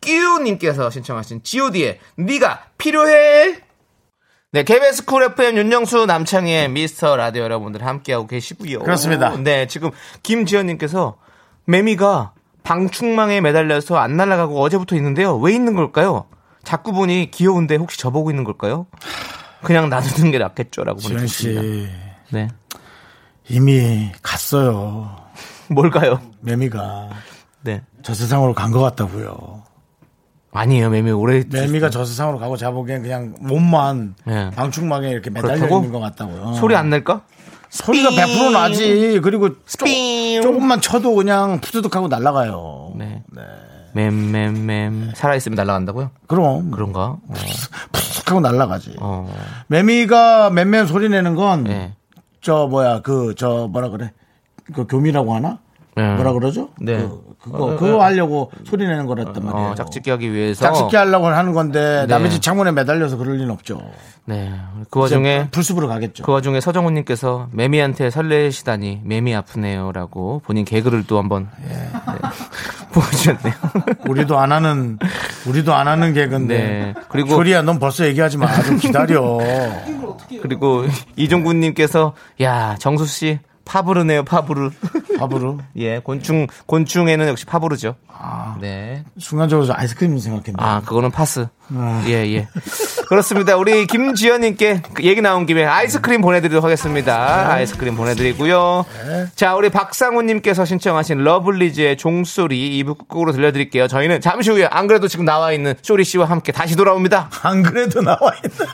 Speaker 2: 끼우님께서 신청하신 god의 네가 필요해. 네, KBS 쿨 FM 윤정수 남창희의 미스터 라디오 여러분들 함께하고 계시고요.
Speaker 1: 그렇습니다.
Speaker 2: 네, 지금 김지연님께서 매미가 방충망에 매달려서 안 날아가고 어제부터 있는데요. 왜 있는 걸까요? 자꾸 보니 귀여운데 혹시 저보고 있는 걸까요? 그냥 놔두는 게 낫겠죠라고
Speaker 1: 지현
Speaker 2: 보내주셨습니다.
Speaker 1: 씨
Speaker 2: 네.
Speaker 1: 이미 갔어요.
Speaker 2: 뭘까요?
Speaker 1: 매미가
Speaker 2: 네.
Speaker 1: 저 세상으로 간 것 같다고요.
Speaker 2: 아니에요. 매미 오래
Speaker 1: 매미가 저 세상으로 가고 제가 보기엔 그냥 몸만
Speaker 2: 예.
Speaker 1: 방충망에 이렇게 매달려
Speaker 2: 그렇다고?
Speaker 1: 있는 것 같다고요.
Speaker 2: 소리 안 낼까?
Speaker 1: 소리가 100% 나지. 그리고 조,
Speaker 2: 삥.
Speaker 1: 조금만 쳐도 그냥 푸드득하고 날아가요.
Speaker 2: 네. 맴맴맴 살아 있으면 날아간다고요?
Speaker 1: 그럼
Speaker 2: 그런가? 어.
Speaker 1: 푸드득하고 날아가지.
Speaker 2: 어.
Speaker 1: 매미가 맴맴 소리 내는 건 저
Speaker 2: 네.
Speaker 1: 뭐야 그 저 뭐라 그래 그 교미라고 하나?
Speaker 2: 네.
Speaker 1: 뭐라 그러죠?
Speaker 2: 네.
Speaker 1: 그, 그거 그거 하려고 소리 내는 거랬단 말이에요.
Speaker 2: 어, 짝짓기 하기 위해서
Speaker 1: 짝짓기 하려고 하는 건데 남의
Speaker 2: 네.
Speaker 1: 집 창문에 매달려서 그럴 리는 없죠.
Speaker 2: 네. 그 와중에
Speaker 1: 불숲으로 가겠죠.
Speaker 2: 그 와중에 서정훈님께서 매미한테 설레시다니 매미 아프네요라고 본인 개그를 또 한번
Speaker 1: 예.
Speaker 2: 네, 보여주셨네요.
Speaker 1: 우리도 안 하는 우리도 안 하는
Speaker 2: 네.
Speaker 1: 개그인데.
Speaker 2: 그리고-
Speaker 1: 조리야, 넌 벌써 얘기하지 마. 좀 기다려.
Speaker 2: 그리고 이종군님께서 야 정수 씨 파브르네요 파브르.
Speaker 1: 밥으로
Speaker 2: 예 곤충 곤충에는 역시 파브르죠. 네.
Speaker 1: 순간적으로 저 아이스크림 생각했네.
Speaker 2: 아 그거는 파스. 예예. 그렇습니다. 우리 김지연님께 그 얘기 나온 김에 아이스크림 보내드리도록 하겠습니다. 아이스크림 보내드리고요. 자 우리 박상우님께서 신청하신 러블리즈의 종소리 2부 끝곡으로 들려드릴게요. 저희는 잠시 후에 안 그래도 지금 나와 있는 쇼리 씨와 함께 다시 돌아옵니다.
Speaker 1: 안 그래도 나와 있다.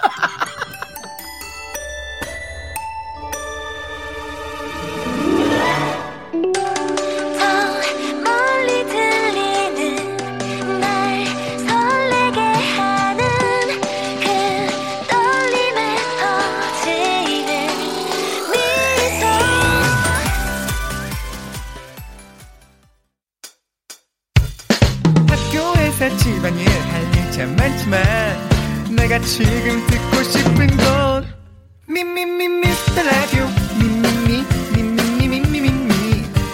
Speaker 4: 저 멀리 들리는 날 설레게 하는 그 떨림에 터지는 미소
Speaker 6: 학교에서 집안일 할 일 참 많지만 내가 지금 듣고 싶은 건 미미미 미스터 라디오 미미미 미미미 미미미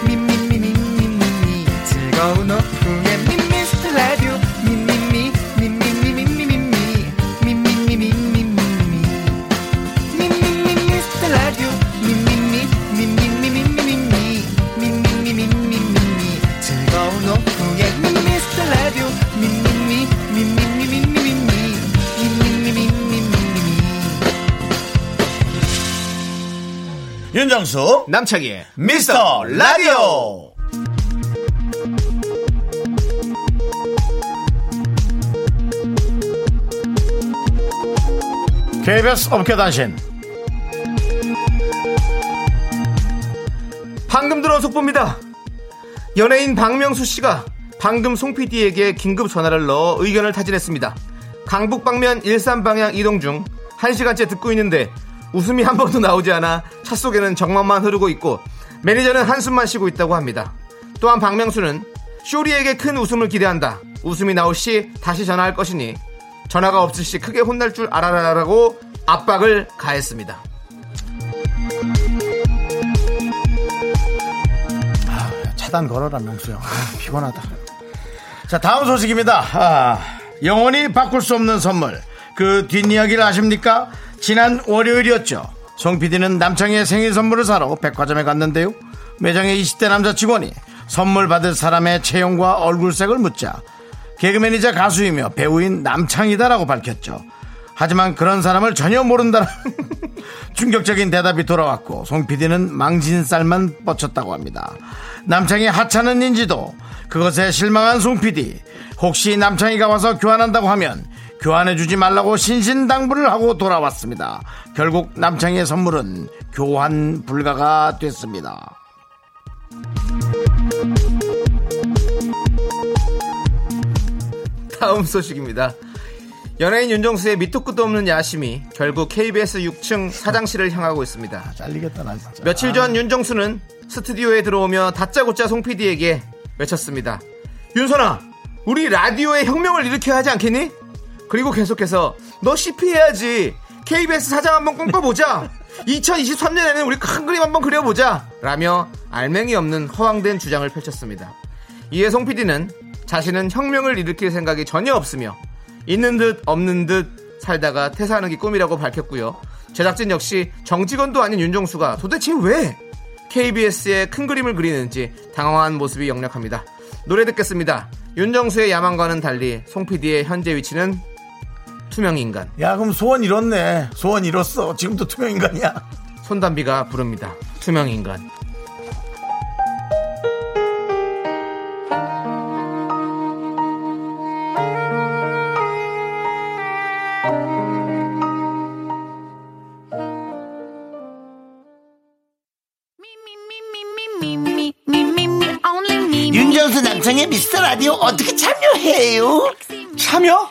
Speaker 6: 미미미 미미미 즐거운 오후에 미미스터 라디오 미미미 미미미 미미미 미미미 미미미 미미미 미스터 라디오 미미미 미미미 미미미 미미미 미미미 즐거운 오후에 미스터 라디오 미미미 미미미 미미미 미미미 미미미
Speaker 1: 윤정수
Speaker 2: 남창희.
Speaker 1: 미스터 라디오. KBS 업계 단신
Speaker 2: 방금 들어온 속보입니다. 연예인 박명수 씨가 방금 송 PD에게 긴급 전화를 넣어 의견을 타진했습니다. 강북 방면 일산 방향 이동 중 1시간째 듣고 있는데 웃음이 한 번도 나오지 않아 차 속에는 정막만 흐르고 있고 매니저는 한숨만 쉬고 있다고 합니다. 또한 박명수는 쇼리에게 큰 웃음을 기대한다. 웃음이 나올 시 다시 전화할 것이니 전화가 없을 시 크게 혼날 줄 알아라라고 압박을 가했습니다.
Speaker 1: 차단 걸어라 명수 형 아, 피곤하다 자 다음 소식입니다 아, 영원히 바꿀 수 없는 선물 그 뒷이야기를 아십니까 지난 월요일이었죠 송 PD는 남창희의 생일 선물을 사러 백화점에 갔는데요 매장의 20대 남자 직원이 선물 받을 사람의 체형과 얼굴색을 묻자 개그맨이자 가수이며 배우인 남창이다라고 밝혔죠 하지만 그런 사람을 전혀 모른다는 충격적인 대답이 돌아왔고 송 PD는 망신살만 뻗쳤다고 합니다. 남창희 하찮은 인지도 그것에 실망한 송 PD 혹시 남창희가 와서 교환한다고 하면 교환해주지 말라고 신신당부를 하고 돌아왔습니다. 결국 남창희의 선물은 교환 불가가 됐습니다.
Speaker 2: 다음 소식입니다. 연예인 윤정수의 밑도 끝도 없는 야심이 결국 KBS 6층 사장실을 향하고 있습니다.
Speaker 1: 아, 잘리겠다 나 진짜. 아.
Speaker 2: 며칠 전 윤정수는 스튜디오에 들어오며 다짜고짜 송 PD에게 외쳤습니다. 윤선아, 우리 라디오에 혁명을 일으켜야 하지 않겠니? 그리고 계속해서 너 CP 해야지. KBS 사장 한번 꿈꿔보자. 2023년에는 우리 큰 그림 한번 그려보자. 라며 알맹이 없는 허황된 주장을 펼쳤습니다. 이에 송 PD는 자신은 혁명을 일으킬 생각이 전혀 없으며 있는 듯 없는 듯 살다가 퇴사하는 게 꿈이라고 밝혔고요. 제작진 역시 정직원도 아닌 윤정수가 도대체 왜 KBS의 큰 그림을 그리는지 당황한 모습이 역력합니다. 노래 듣겠습니다. 윤정수의 야망과는 달리 송 PD의 현재 위치는 투명 인간
Speaker 1: 야 그럼 소원 이뤘네. 소원 이뤘어. 지금도 투명 인간이야.
Speaker 2: 손담비가 부릅니다. 투명 인간.
Speaker 7: 윤정수 남성의 미스터 라디오 어떻게 참여해요?
Speaker 8: 참여?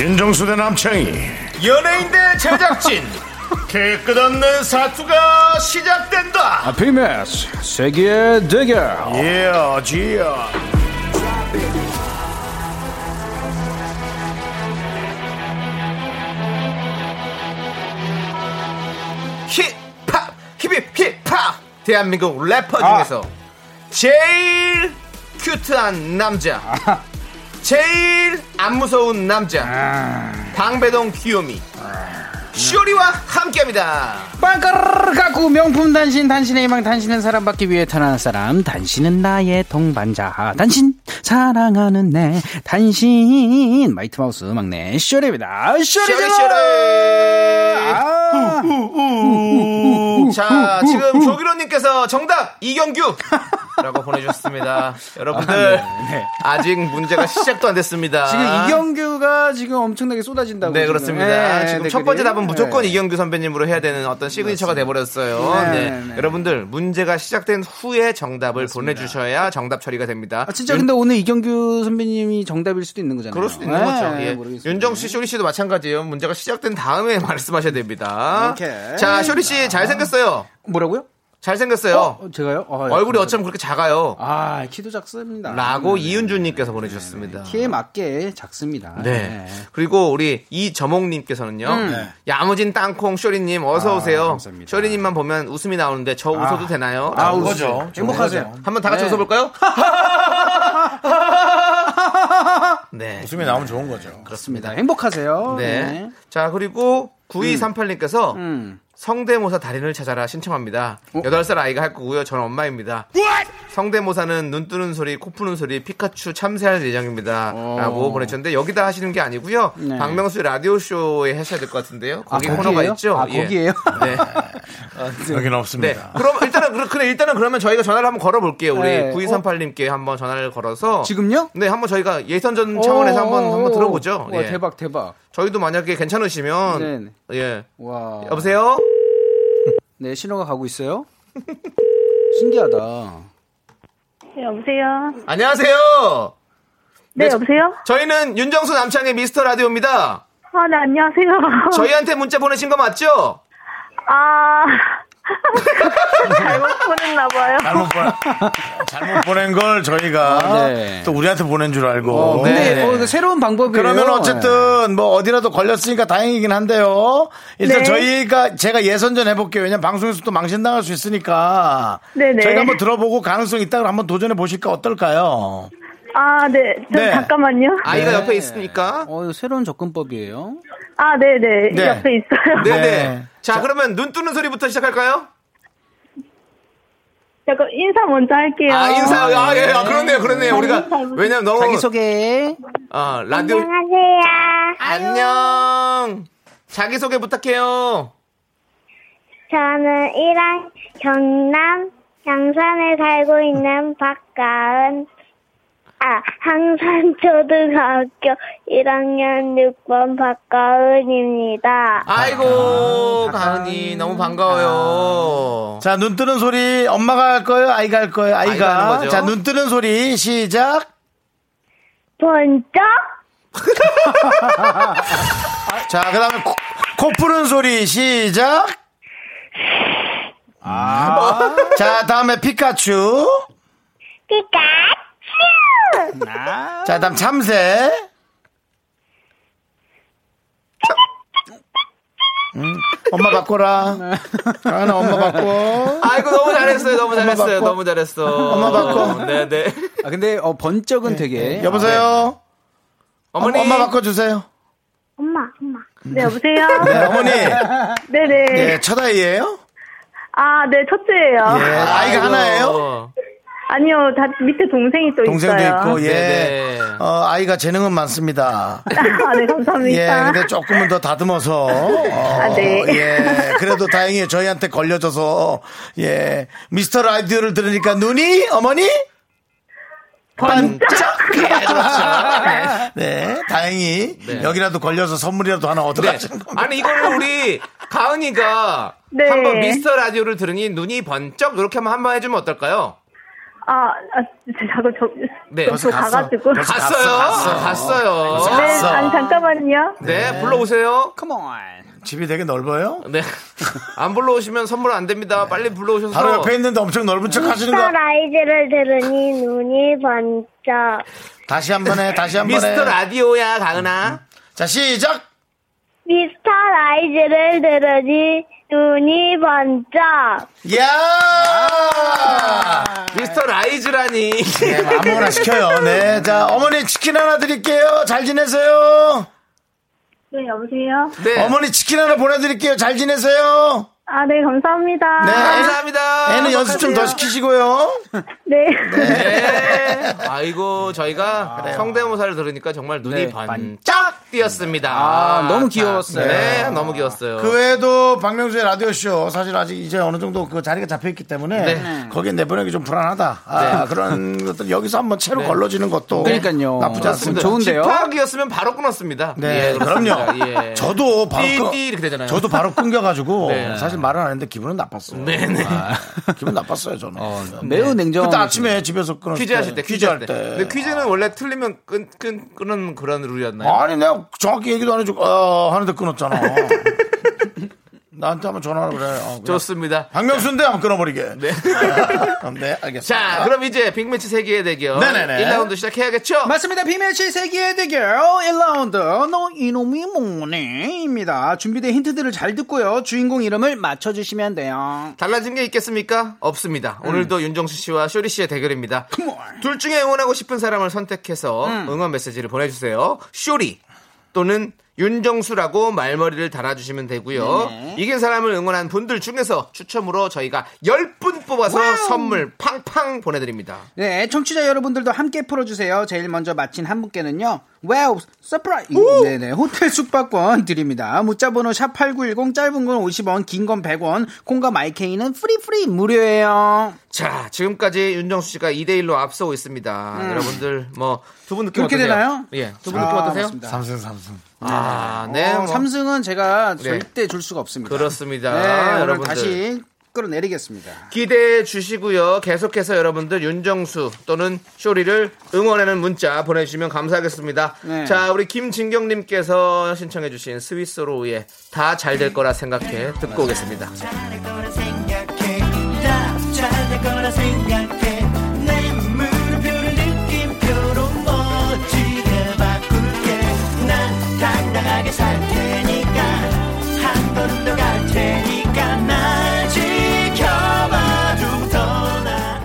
Speaker 7: 윤정수 대 남창이
Speaker 8: 연예인 대 제작진!
Speaker 7: 깨끗없는 사투가 시작된다
Speaker 8: PBS 세계 대결!
Speaker 7: 예지야
Speaker 2: 힙합! 힙힙 힙합! 대한민국 래퍼 중에서 제일 큐트한 남자.
Speaker 9: 아.
Speaker 2: 제일 안 무서운 남자.
Speaker 9: 아.
Speaker 2: 방배동 귀요미. 쇼리와 함께합니다.
Speaker 9: 빵가르르 가꾸 명품 단신 단신의 희망 단신은 사랑받기 위해 태어난 사람 단신은 나의 동반자 단신 사랑하는 내 단신 마이트마우스 막내 쇼리입니다 쇼리
Speaker 2: 쇼리
Speaker 9: 쇼리
Speaker 2: 쇼리!
Speaker 9: 아,
Speaker 2: 자, 지금 조기로님께서 정답 이경규. 라고 보내주셨습니다. 여러분들 아직 문제가 시작도 안 됐습니다.
Speaker 9: 네, 지금 이경규가 지금 엄청나게 쏟아진다고
Speaker 2: 아. 네
Speaker 9: 지금.
Speaker 2: 그렇습니다.
Speaker 9: 네,
Speaker 2: 지금
Speaker 9: 댓글이.
Speaker 2: 첫 번째 답은
Speaker 9: 네.
Speaker 2: 무조건 이경규 선배님으로 해야 되는 어떤 시그니처가 돼버렸어요. 네,
Speaker 9: 네, 네.
Speaker 2: 여러분들 문제가 시작된 후에 정답을 보내주셔야 정답 처리가 됩니다.
Speaker 9: 아, 진짜 근데 오늘 이경규 선배님이 정답일 수도 있는 거잖아요
Speaker 2: 그럴 수도 있는
Speaker 9: 네,
Speaker 2: 거죠. 예.
Speaker 9: 모르겠습니다.
Speaker 2: 윤정 씨, 쇼리 씨도 마찬가지예요. 문제가 시작된 다음에 말씀하셔야 됩니다.
Speaker 9: 오케이.
Speaker 2: 자, 쇼리 씨 잘생겼어요.
Speaker 9: 뭐라고요?
Speaker 2: 잘생겼어요.
Speaker 9: 어, 제가요? 어, 예.
Speaker 2: 얼굴이 어쩜 그렇게 작아요?
Speaker 9: 아 키도 작습니다
Speaker 2: 라고 이윤주님께서 보내주셨습니다.
Speaker 9: 키에 네. 맞게 작습니다
Speaker 2: 네. 그리고 우리 이저몽님께서는요.
Speaker 9: 음.
Speaker 2: 야무진 땅콩 쇼리님 어서 오세요. 쇼리님만 보면 웃음이 나오는데 저 웃어도 되나요?
Speaker 9: 아,
Speaker 2: 라고
Speaker 9: 그거죠. 행복하세요.
Speaker 2: 한번 다 같이
Speaker 9: 네.
Speaker 2: 웃어볼까요? 네.
Speaker 1: 웃음이 나오면 좋은 거죠.
Speaker 9: 그렇습니다. 행복하세요.
Speaker 2: 네. 자 그리고 9238님께서
Speaker 9: 어, 음. 어?
Speaker 2: 성대모사 달인을 찾아라 신청합니다. 여덟 살 아이가 할 거고요. 저는 엄마입니다. 성대모사는 눈 뜨는 소리, 코 푸는 소리, 피카츄 참새할 예정입니다. 라고 보내주셨는데 여기다 하시는 게 아니고요.
Speaker 9: 어. 네.
Speaker 2: 박명수 라디오 쇼에 하셔야 될 것 같은데요. 거기
Speaker 9: 거기예요?
Speaker 2: 코너가 있죠.
Speaker 9: 아, 거기예요?
Speaker 2: 네.
Speaker 9: 그렇죠.
Speaker 1: 여기는
Speaker 2: 네.
Speaker 1: 없습니다.
Speaker 2: 그럼 일단은 그래, 그래, 일단은 그러면 저희가 전화를 한번 걸어볼게요. 우리
Speaker 9: 네.
Speaker 2: 9238님께 한번 전화를 걸어서
Speaker 9: 지금요?
Speaker 2: 네, 한번 저희가 예선전 차원에서 한번 한번 들어보죠.
Speaker 9: 와,
Speaker 2: 예.
Speaker 9: 대박, 대박.
Speaker 2: 저희도 만약에 괜찮으시면
Speaker 9: 네네.
Speaker 2: 예
Speaker 9: 와.
Speaker 2: 여보세요
Speaker 9: 네, 신호가 가고 있어요. 어, 신기하다.
Speaker 10: 여보세요.
Speaker 2: 안녕하세요
Speaker 10: 네, 여보세요.
Speaker 2: 저희는 윤정수 남창의 미스터 라디오입니다
Speaker 10: 아, 네, 안녕하세요.
Speaker 2: 저희한테 문자 보내신 거 맞죠
Speaker 10: 아 잘못 보냈나 봐요.
Speaker 1: 잘못 보낸, 잘못 보낸 걸 저희가
Speaker 9: 네.
Speaker 1: 또 우리한테 보낸 줄 알고.
Speaker 9: 어, 근데
Speaker 2: 네.
Speaker 9: 어, 이거 새로운 방법이에요. 네.
Speaker 1: 그러면 어쨌든 뭐 어디라도 걸렸으니까 다행이긴 한데요. 일단
Speaker 10: 네.
Speaker 1: 저희가 제가 예선전 해볼게요. 왜냐면 방송에서 또 망신당할 수 있으니까.
Speaker 10: 네네.
Speaker 1: 저희가 한번 들어보고 가능성 있다고 한번 도전해 보실까 어떨까요?
Speaker 10: 아, 네. 좀
Speaker 1: 네.
Speaker 10: 잠깐만요.
Speaker 2: 아이가
Speaker 9: 네.
Speaker 2: 옆에 있으니까
Speaker 9: 어, 이거 새로운 접근법이에요.
Speaker 10: 아, 네, 네.
Speaker 1: 네.
Speaker 10: 옆에 있어요.
Speaker 2: 네네
Speaker 1: 네.
Speaker 2: 자, 그러면 눈 뜨는 소리부터 시작할까요
Speaker 10: 잠깐 인사 먼저 할게요.
Speaker 2: 아 인사 아예 아, 그렇네요 그렇네요 우리가
Speaker 10: 인사해보세요.
Speaker 2: 왜냐면 너무
Speaker 9: 자기소개.
Speaker 2: 아 라디오
Speaker 10: 안녕하세요.
Speaker 2: 안녕 자기 소개 부탁해요
Speaker 10: 저는 1학 경남 양산에 살고 있는 박가은. 아, 항산 초등학교 1학년 6번 박가은입니다.
Speaker 2: 아이고 가은이 너무 반가워요
Speaker 1: 자, 눈 뜨는 소리 엄마가 할 거예요? 아이가 할 거예요?
Speaker 2: 아이가 하는
Speaker 1: 아이가.
Speaker 2: 거죠.
Speaker 1: 자, 눈 뜨는 소리 시작.
Speaker 10: 번쩍
Speaker 1: 자, 그 다음에 코, 코 푸는 소리 시작. 아. 자, 다음에 피카츄.
Speaker 10: 피카츄!
Speaker 1: 자, 다음 참새. 자, 음, 엄마 바꿔라. 아, 하나 엄마 바꿔.
Speaker 2: 아이고 너무 잘했어요. 너무
Speaker 1: 엄마
Speaker 2: 잘했어요.
Speaker 1: 바꿔.
Speaker 2: 너무 잘했어.
Speaker 1: 엄마 바꿔.
Speaker 2: 네, 네.
Speaker 9: 아 근데 어, 번쩍은 되게
Speaker 1: 네. 여보세요.
Speaker 2: 아, 네. 어머니.
Speaker 1: 엄마 바꿔 주세요.
Speaker 4: 엄마, 엄마. 네, 여보세요?
Speaker 1: 네, 어머니.
Speaker 4: 네네.
Speaker 1: 네, 첫 아이예요?
Speaker 4: 아, 네, 첫째예요.
Speaker 1: 예, 아이가 하나예요?
Speaker 4: 아니요, 다 밑에 동생이 또
Speaker 1: 동생도
Speaker 4: 있어요.
Speaker 1: 있고, 예.
Speaker 2: 네, 네.
Speaker 1: 어, 아이가 재능은 많습니다.
Speaker 4: 아, 네,
Speaker 1: 예,
Speaker 4: 감사합니다.
Speaker 1: 근데 조금은 더 다듬어서. 어,
Speaker 4: 아, 네.
Speaker 1: 예, 그래도 다행이에요. 저희한테 걸려져서. 예. 미스터 라디오를 들으니까 눈이, 어머니? 반짝! 예, 그렇죠. 네, 다행히.
Speaker 2: 네.
Speaker 1: 여기라도 걸려서 선물이라도 하나
Speaker 2: 네.
Speaker 1: 얻어가신 겁니다.
Speaker 2: 아니 이거는 우리 가은이가
Speaker 4: 네.
Speaker 2: 한번 미스터 라디오를 들으니 눈이 번쩍 이렇게 한번 한번 해주면 어떨까요?
Speaker 4: 아, 아, 자꾸 저,
Speaker 2: 네.
Speaker 4: 저, 저 가가지고.
Speaker 1: 벌써
Speaker 2: 갔어요.
Speaker 1: 갔어,
Speaker 2: 갔어요.
Speaker 1: 벌써
Speaker 4: 네,
Speaker 1: 갔어.
Speaker 4: 아니, 잠깐만요.
Speaker 2: 네, 불러오세요.
Speaker 1: 집이 되게 넓어요?
Speaker 2: 네. 안 불러오시면 선물 안 됩니다. 빨리 불러오셔서.
Speaker 1: 바로 옆에 있는데 엄청 넓은 척 하시는 거.
Speaker 4: 라이즈를 들으니 눈이 번쩍.
Speaker 1: 다시 한 번 해, 다시 한 번 해.
Speaker 2: 미스터 라디오야, 가은아.
Speaker 1: 자, 시작!
Speaker 4: 미스터 라이즈를 들으니 눈이 번쩍.
Speaker 1: 야!
Speaker 2: 미스터 라이즈라니.
Speaker 1: 네, 아무거나 시켜요. 네. 자, 어머니 치킨 하나 드릴게요. 잘 지내세요.
Speaker 4: 네, 여보세요?
Speaker 2: 네.
Speaker 1: 어머니 치킨 하나 보내드릴게요. 잘 지내세요.
Speaker 4: 아, 네, 감사합니다.
Speaker 1: 네.
Speaker 2: 감사합니다.
Speaker 1: 애는 연습 좀 더 시키시고요.
Speaker 4: 네.
Speaker 2: 네. 아이고, 저희가 성대모사를 들으니까 정말 눈이
Speaker 9: 네,
Speaker 2: 반짝 띄었습니다.
Speaker 9: 아, 너무 귀여웠어요.
Speaker 2: 네, 너무 귀여웠어요.
Speaker 1: 그 외에도 박명수의 라디오쇼 사실 아직 이제 어느 정도 그 자리가 잡혀있기 때문에
Speaker 2: 네.
Speaker 1: 거기에 내보내기 좀 불안하다. 아, 그런 것들 여기서 한번
Speaker 2: 네.
Speaker 1: 채로 걸러지는 것도
Speaker 9: 그러니까요.
Speaker 1: 나쁘지 않습니다.
Speaker 9: 좋은데요.
Speaker 2: 파악이었으면 바로 끊었습니다.
Speaker 1: 네,
Speaker 2: 예,
Speaker 1: 그럼요.
Speaker 2: 그렇습니다. 예.
Speaker 1: 저도 바로
Speaker 2: 띠,
Speaker 1: 끊-
Speaker 2: 띠 이렇게 되잖아요.
Speaker 1: 저도 바로 끊겨가지고
Speaker 2: 네.
Speaker 1: 사실 말은 안 했는데 기분은 나빴어요.
Speaker 2: 네, 네.
Speaker 1: 아, 기분 나빴어요 저는.
Speaker 9: 매우 냉정.
Speaker 1: 그때 아침에 집에서 끊었을
Speaker 2: 퀴즈 하실 때, 퀴즈 할 때. 근데
Speaker 1: 퀴-
Speaker 2: 퀴즈는 원래 틀리면 끊, 끊, 끊는 그런 룰이었나요?
Speaker 1: 아. 아니 내가 정확히 얘기도 안 해주고 어, 하는데 끊었잖아. 나한테 한번 전화를 그래. 어, 그냥
Speaker 2: 좋습니다.
Speaker 1: 박명수인데 한번 끊어버리게. 네. 네 알겠습니다.
Speaker 2: 자, 그럼 이제 빅매치 세계의 대결.
Speaker 1: 네네네.
Speaker 2: 1라운드 시작해야겠죠?
Speaker 9: 맞습니다. 비매치 세계 대결 1라운드 너 이놈이 뭐네입니다. 준비된 힌트들을 잘 듣고요. 주인공 이름을 맞춰주시면 돼요.
Speaker 2: 달라진 게 있겠습니까?
Speaker 1: 음.
Speaker 2: 없습니다. 오늘도 윤정수 씨와 쇼리 씨의 대결입니다.
Speaker 9: 컴온.
Speaker 2: 둘 중에 응원하고 싶은 사람을 선택해서
Speaker 9: 음.
Speaker 2: 응원 메시지를 보내주세요. 쇼리 또는 윤정수라고 말머리를 달아주시면 되고요. 이긴 사람을 응원한 분들 중에서 추첨으로 저희가 10분 뽑아서 선물 팡팡 보내드립니다.
Speaker 9: 네, 청취자 여러분들도 함께 풀어주세요. 제일 먼저 마친 한 분께는요. 와우, 서프라이즈. 네네, 호텔 숙박권 드립니다. 문자번호 샵8910, 짧은 건 50원, 긴 건 100원, 콩과 마이케이는 프리프리 무료예요.
Speaker 2: 자, 지금까지 윤정수 씨가 2대1로 앞서고 있습니다. 여러분들, 뭐, 두 분 느낌
Speaker 9: 음. 그렇게
Speaker 2: 어떠세요?
Speaker 9: 되나요? 아,
Speaker 2: 예, 두 분 느낌 어떠세요?
Speaker 9: 맞습니다.
Speaker 1: 삼승 삼승.
Speaker 2: 아, 네.
Speaker 9: 어,
Speaker 2: 뭐,
Speaker 9: 삼승은 제가
Speaker 2: 네.
Speaker 9: 절대 줄 수가 없습니다.
Speaker 2: 그렇습니다.
Speaker 9: 네, 오늘
Speaker 2: 여러분들.
Speaker 9: 다시 끌어내리겠습니다.
Speaker 2: 기대해 주시고요. 계속해서 여러분들 윤정수 또는 쇼리를 응원하는 문자 보내주시면 감사하겠습니다.
Speaker 9: 네.
Speaker 2: 자, 우리 김진경님께서 신청해 주신 스위스로우의 다 잘 될 거라 생각해 듣고 오겠습니다.
Speaker 5: 잘할 거라 생각해 나 잘할 거라 생각해 내 물음표를 느낌표로 멋지게 바꿀게 난 당당하게 살 테니까 한 걸음 더 갈 테니까 날 지켜봐 주부터 나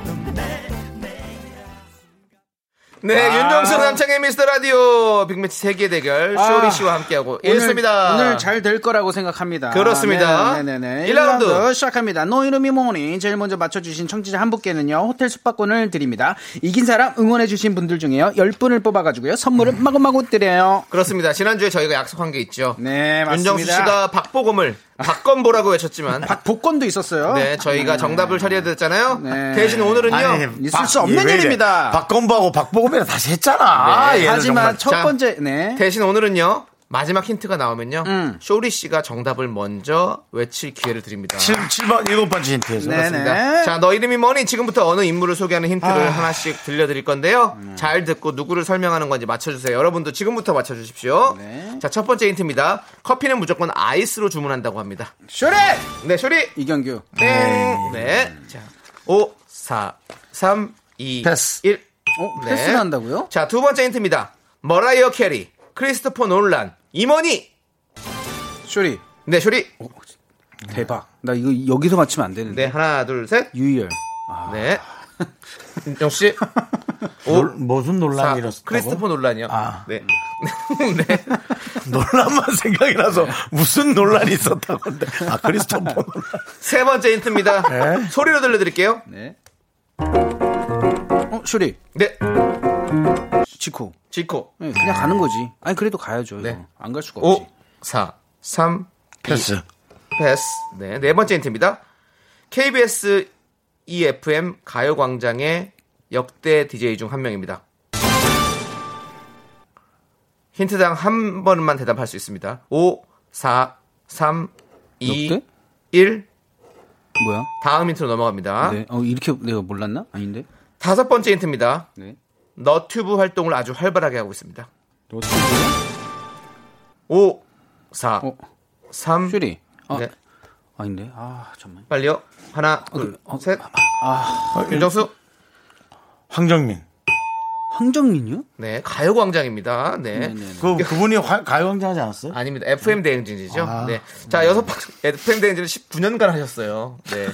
Speaker 2: 네, 윤정수 남창의 미스터 라디오 빅매치 세계 대결
Speaker 9: 아.
Speaker 2: 쇼리 씨와 함께하고
Speaker 9: 오늘-
Speaker 2: 있습니다.
Speaker 9: 오늘 잘 될 거라고 생각합니다.
Speaker 2: 그렇습니다.
Speaker 9: 네네네.
Speaker 2: 1라운드.
Speaker 9: 1라운드. 시작합니다. 너 이름이 뭐니? 제일 먼저 맞춰주신 청취자 한 분께는요, 호텔 숙박권을 드립니다. 이긴 사람 응원해주신 분들 중에요, 10분을 뽑아가지고요, 선물을
Speaker 2: 음.
Speaker 9: 마구마구 드려요.
Speaker 2: 그렇습니다. 지난주에 저희가 약속한 게 있죠.
Speaker 9: 네, 맞습니다. 아.
Speaker 2: 윤정수 씨가 박보검을 박건보라고 외쳤지만
Speaker 9: 복권도 있었어요.
Speaker 2: 네, 저희가 정답을 처리해드렸잖아요.
Speaker 9: 네.
Speaker 2: 대신 오늘은요.
Speaker 9: 있을 수 없는 일입니다.
Speaker 1: 예, 박건보하고 박보검이랑 다시 했잖아.
Speaker 2: 네,
Speaker 1: 얘는
Speaker 9: 하지만
Speaker 1: 정말.
Speaker 9: 첫
Speaker 2: 자,
Speaker 9: 번째, 네. 음.
Speaker 2: 대신 오늘은요. 마지막 힌트가 나오면요. 쇼리 씨가 정답을 먼저 외칠 기회를 드립니다.
Speaker 1: 7, 7번, 7번째 힌트에서.
Speaker 9: 네네.
Speaker 2: 자, 너 이름이 뭐니? 지금부터 어느 인물을 소개하는
Speaker 9: 아.
Speaker 2: 힌트를 하나씩 들려드릴 건데요.
Speaker 9: 음.
Speaker 2: 잘 듣고 누구를 설명하는 건지 맞춰주세요. 여러분도 지금부터 맞춰주십시오.
Speaker 9: 네.
Speaker 2: 자, 첫 번째 힌트입니다. 커피는 무조건 아이스로 주문한다고 합니다.
Speaker 9: 쇼리!
Speaker 2: 네, 쇼리!
Speaker 9: 이경규. 음.
Speaker 2: 땡! 네. 자, 5, 4, 3, 2,
Speaker 1: 패스.
Speaker 2: 1.
Speaker 9: 어, 패스를 한다고요?
Speaker 2: 네. 자, 두 번째 힌트입니다. 머라이어 캐리, 크리스토퍼 놀란, 임원희.
Speaker 9: 쇼리.
Speaker 2: 네, 쇼리.
Speaker 9: 대박. 나 이거 여기서 맞추면 안 되는데.
Speaker 2: 네, 하나, 둘, 셋.
Speaker 9: 유열.
Speaker 2: 네. 역시
Speaker 1: 놀- 무슨 논란이 일었어?
Speaker 2: 크리스토퍼 놀란이요.
Speaker 1: 아.
Speaker 2: 네.
Speaker 7: 논란만 생각이
Speaker 9: 네.
Speaker 7: 나서 무슨 논란이 있었다고 근데 아 크리스토퍼 논란.
Speaker 2: 세 번째 힌트입니다.
Speaker 1: 네.
Speaker 2: 소리로 들려드릴게요.
Speaker 9: 네. 어, 쇼리.
Speaker 2: 네,
Speaker 9: 지코.
Speaker 2: 지코.
Speaker 9: 네, 그냥 가는 거지. 아니, 그래도 가야죠.
Speaker 2: 네.
Speaker 9: 안 갈 수가 없지.
Speaker 2: 5, 4, 3,
Speaker 1: 패스.
Speaker 2: 패스. 네, 네 번째 힌트입니다. KBS EFM 가요광장의 역대 DJ 중 한 명입니다. 힌트당 한 번만 대답할 수 있습니다. 5, 4, 3, 2,
Speaker 9: 역대?
Speaker 2: 1.
Speaker 9: 뭐야?
Speaker 2: 다음 힌트로 넘어갑니다.
Speaker 9: 네. 어, 이렇게 내가 몰랐나? 아닌데?
Speaker 2: 다섯 번째 힌트입니다.
Speaker 9: 네.
Speaker 2: 너튜브 활동을 아주 활발하게 하고 있습니다. 5, 4,
Speaker 9: 어,
Speaker 2: 3,
Speaker 9: 쇼리. 아,
Speaker 2: 네,
Speaker 9: 아닌데? 아, 잠만.
Speaker 2: 빨리요. 하나, 둘, 셋. 윤정수.
Speaker 1: 황정민.
Speaker 9: 황정민요?
Speaker 2: 네, 가요광장입니다. 네.
Speaker 1: 그 그분이 화- 가요광장 하지 않았어요?
Speaker 2: 아닙니다. FM 대행진이죠. 네. 자, 여섯 번, FM 대행진을 19년간 하셨어요. 네.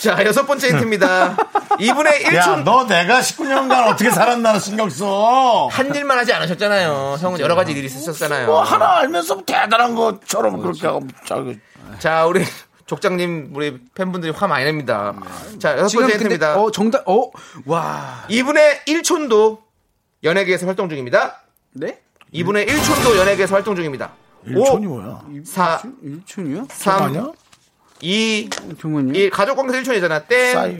Speaker 2: 자, 여섯 번째 힌트입니다. 2분의 1초.
Speaker 1: 야, 너 내가 19년간 어떻게 살았나 신경 써.
Speaker 2: 한 일만 하지 않으셨잖아요. 형은 여러 가지 일이 있으셨잖아요.
Speaker 1: 뭐 하나 알면서 대단한 것처럼 그렇게 하고 자기
Speaker 2: 자, 우리 족장님, 우리 팬분들이 화 많이 냅니다. 자, 여섯 번째 힌트입니다.
Speaker 9: 어, 정답, 어, 와.
Speaker 2: 2분의 1촌도 연예계에서 활동 중입니다.
Speaker 9: 네?
Speaker 2: 2분의 1촌도 연예계에서 활동 중입니다.
Speaker 1: 1촌이 뭐야?
Speaker 2: 4,
Speaker 9: 일촌이요?
Speaker 2: 3,
Speaker 1: 아니야?
Speaker 2: 2,
Speaker 9: 정말요?
Speaker 2: 1. 가족 관계에서 1촌이잖아. 땡.
Speaker 1: 싸이.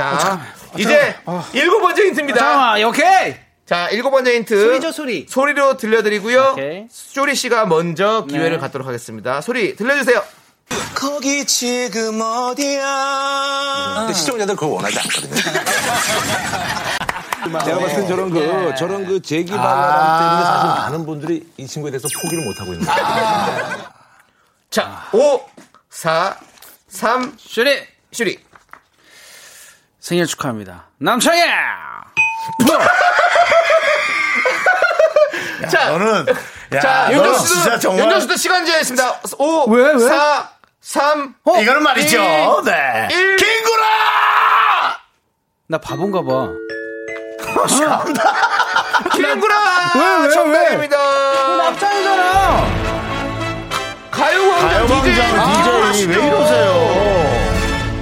Speaker 7: 아,
Speaker 2: 자, 이제 일곱 번째 힌트입니다.
Speaker 9: 아, 잠깐만, 오케이!
Speaker 2: 자, 일곱 번째 힌트.
Speaker 9: 그 소리죠, 소리.
Speaker 2: 로 들려드리고요.
Speaker 9: 오케이.
Speaker 2: 쇼리 씨가 먼저 기회를
Speaker 9: 네.
Speaker 2: 갖도록 하겠습니다. 소리 들려주세요.
Speaker 6: 거기 지금 어디야? 근데 시청자들 그거 원하지 않거든요. 내가 봤을 땐 저런 그, 저런 그 재기발랄함 때문에 사실 많은 분들이 이 친구에 대해서 포기를 못하고 있는 거예요.
Speaker 9: 아.
Speaker 2: 자, 오, 사, 삼,
Speaker 9: 쇼리!
Speaker 2: 쇼리.
Speaker 9: 생일 축하합니다. 남창희!
Speaker 2: 자,
Speaker 7: 너는 야,
Speaker 2: 자,
Speaker 7: 너
Speaker 2: 윤정수도,
Speaker 7: 진짜 정말
Speaker 2: 윤정수도 시간 제했습니다. 오,
Speaker 9: 왜, 왜?
Speaker 2: 사, 삼,
Speaker 7: 이거는 말이죠.
Speaker 2: 이,
Speaker 7: 네.
Speaker 2: 일.
Speaker 7: 킹구라!
Speaker 9: 나 바본가 봐.
Speaker 2: 김구라! 정답입니다.
Speaker 9: 남창이잖아!
Speaker 2: 가요광장 아, DJ.
Speaker 7: 가요광장 DJ 왜
Speaker 2: 아시죠?
Speaker 7: 이러세요?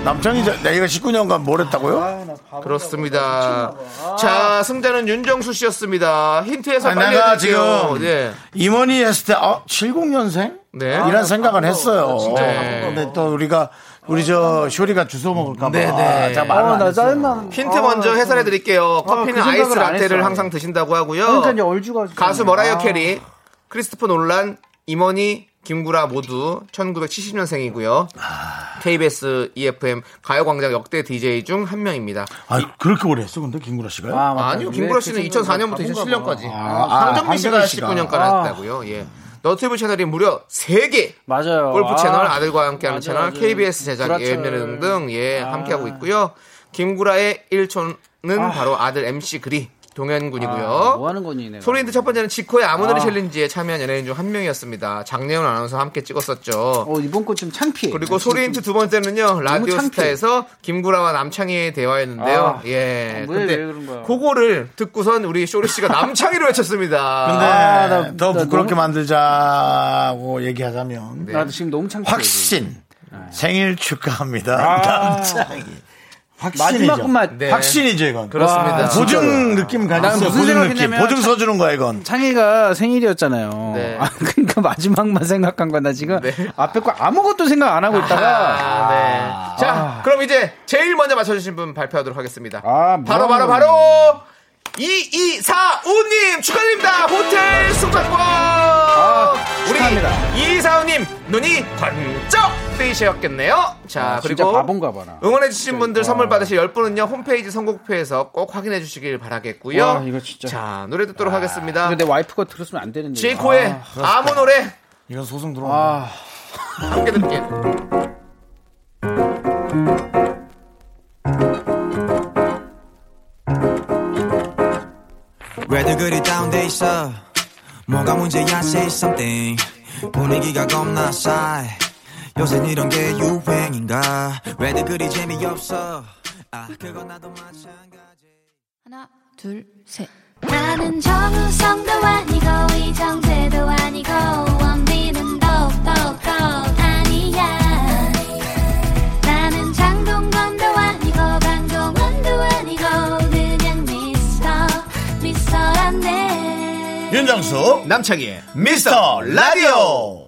Speaker 7: 남창희 자- 내가 19년간 뭘
Speaker 2: 아,
Speaker 7: 했다고요?
Speaker 2: 그렇습니다. 자, 승자는 윤정수 씨였습니다. 힌트에서
Speaker 7: 아,
Speaker 2: 빨리
Speaker 7: 내가
Speaker 2: 해드릴게요.
Speaker 7: 지금
Speaker 2: 네.
Speaker 7: 임원이 했을 때 어, 70년생?
Speaker 2: 네.
Speaker 7: 이런 생각은 했어요.
Speaker 2: 네.
Speaker 7: 근데 또 우리가 우리 저 쇼리가 주워 먹을까 봐. 아,
Speaker 2: 네,
Speaker 1: 아,
Speaker 2: 네.
Speaker 7: 자, 말을 안 했어요.
Speaker 9: 아,
Speaker 2: 힌트 먼저 해설해 드릴게요. 커피는
Speaker 9: 그
Speaker 2: 아이스
Speaker 9: 생각을 안
Speaker 2: 라떼를
Speaker 9: 했어.
Speaker 2: 항상 드신다고 하고요.
Speaker 9: 그러니까 이제 얼주가.
Speaker 2: 가수 머라이어
Speaker 9: 아.
Speaker 2: 캐리, 크리스토퍼 놀란, 임원희, 김구라 모두 1970년생이고요. KBS EFM 가요광장 역대 DJ 중 한 명입니다.
Speaker 1: 아, 그렇게 오래 했어. 근데 김구라 씨가?
Speaker 9: 아, 맞다.
Speaker 2: 아, 니요 김구라 씨는
Speaker 9: 그
Speaker 2: 2004년부터
Speaker 9: 친구가
Speaker 2: 2007년까지.
Speaker 1: 아,
Speaker 2: 황정민 씨가
Speaker 1: 황정민 씨가.
Speaker 2: 19년까지
Speaker 9: 아.
Speaker 2: 했다고요. 예. 너튜브 채널이 무려 3개
Speaker 9: 맞아요.
Speaker 2: 골프
Speaker 9: 아.
Speaker 2: 채널 아들과 함께하는
Speaker 9: 맞아요,
Speaker 2: 채널
Speaker 9: 맞아요. 그렇죠. 아.
Speaker 2: KBS 제작
Speaker 9: 브라철.
Speaker 2: 예매 등등 예 함께하고 있고요. 김구라의 1촌은 바로 아들 MC 그리 동현군이고요.
Speaker 9: 아, 뭐 하는 거니, 내가.
Speaker 2: 소리인트 첫 번째는 지코의 아무 노래 챌린지에 참여한 연예인 중 한 명이었습니다. 장례원 아나운서 함께 찍었었죠.
Speaker 9: 어, 아, 이번 건 좀 창피해.
Speaker 2: 그리고 소리인트 두 번째는요 라디오
Speaker 9: 창피해.
Speaker 2: 스타에서 김구라와 남창희의 대화였는데요.
Speaker 9: 아,
Speaker 2: 예,
Speaker 9: 왜, 왜 그런 거야?
Speaker 2: 그거를 듣고선 우리 쇼리 씨가 남창희를 외쳤습니다.
Speaker 7: 근데
Speaker 9: 나-
Speaker 7: 더
Speaker 9: 나
Speaker 7: 부끄럽게
Speaker 9: 너무-
Speaker 7: 만들자고 얘기하자면
Speaker 2: 네.
Speaker 9: 나도 지금 너무 창피해.
Speaker 7: 확신 생일 축하합니다. 남창희.
Speaker 9: 마지막 것만
Speaker 2: 네.
Speaker 7: 확신이죠 이건.
Speaker 2: 그렇습니다.
Speaker 7: 와, 보증 느낌
Speaker 9: 난
Speaker 7: 가졌어요.
Speaker 9: 무슨
Speaker 7: 보증 느낌.
Speaker 9: 생각했냐면
Speaker 7: 보증 서주는 거야 이건.
Speaker 9: 창희가 생일이었잖아요.
Speaker 2: 네.
Speaker 9: 아, 그러니까 마지막만 생각한 거야. 나 지금
Speaker 2: 네.
Speaker 9: 앞에 거 아무것도 생각 안 하고 있다가
Speaker 2: 아, 네. 자, 그럼 이제 제일 먼저 맞춰주신 분 발표하도록 하겠습니다.
Speaker 9: 아,
Speaker 2: 바로, 바로,
Speaker 9: 뭐하는
Speaker 2: 바로! 2245님 축하드립니다! 호텔 숙박권!
Speaker 9: 아, 축하합니다.
Speaker 2: 우리 2245님 눈이 번쩍 뜨이셨겠네요. 자,
Speaker 9: 아, 네. 진짜
Speaker 2: 그리고 음,
Speaker 9: 바본가 봐라.
Speaker 2: 응원해주신 분들 선물 받으실 10분은요, 홈페이지 선곡표에서 꼭 확인해주시길 바라겠고요.
Speaker 9: 와, 아, 이거 진짜. 아.
Speaker 2: 자, 노래 듣도록 하겠습니다.
Speaker 9: 근데 내 와이프가 들었으면 안 되는데.
Speaker 2: 제이코의 아무 노래
Speaker 1: 이건 소송 들어온다.
Speaker 9: 아,
Speaker 2: 함께 들을게요.
Speaker 9: 아,
Speaker 11: 없어 뭐가 문제야 say something 분위기가 겁나 싸해 요새 이런 게 유행인가 왜들 그리 재미없어 아 그건 나도
Speaker 12: 둘, 셋.
Speaker 4: 나는 정우성도 아니고 이정재도 아니고 원빈은 더욱더 아니야 나는 장동건도 아니고 강동원도 아니고 그냥 미스터 미스터란데
Speaker 7: 윤정수
Speaker 2: 남창희
Speaker 7: 미스터 라디오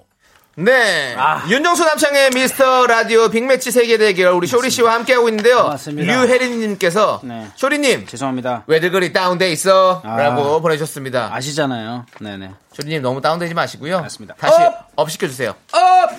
Speaker 2: 네 윤정수 남창의 미스터 라디오 빅매치 세계 대결 우리 쇼리 씨와 함께 하고 있는데요 류혜린님께서 쇼리님
Speaker 9: 죄송합니다
Speaker 2: 왜들 그리 다운돼 있어
Speaker 9: 아.
Speaker 2: 라고 보내주셨습니다
Speaker 9: 아시잖아요 네네
Speaker 2: 쇼리님 너무 다운되지 마시고요 맞습니다 다시 업 시켜주세요
Speaker 4: 업!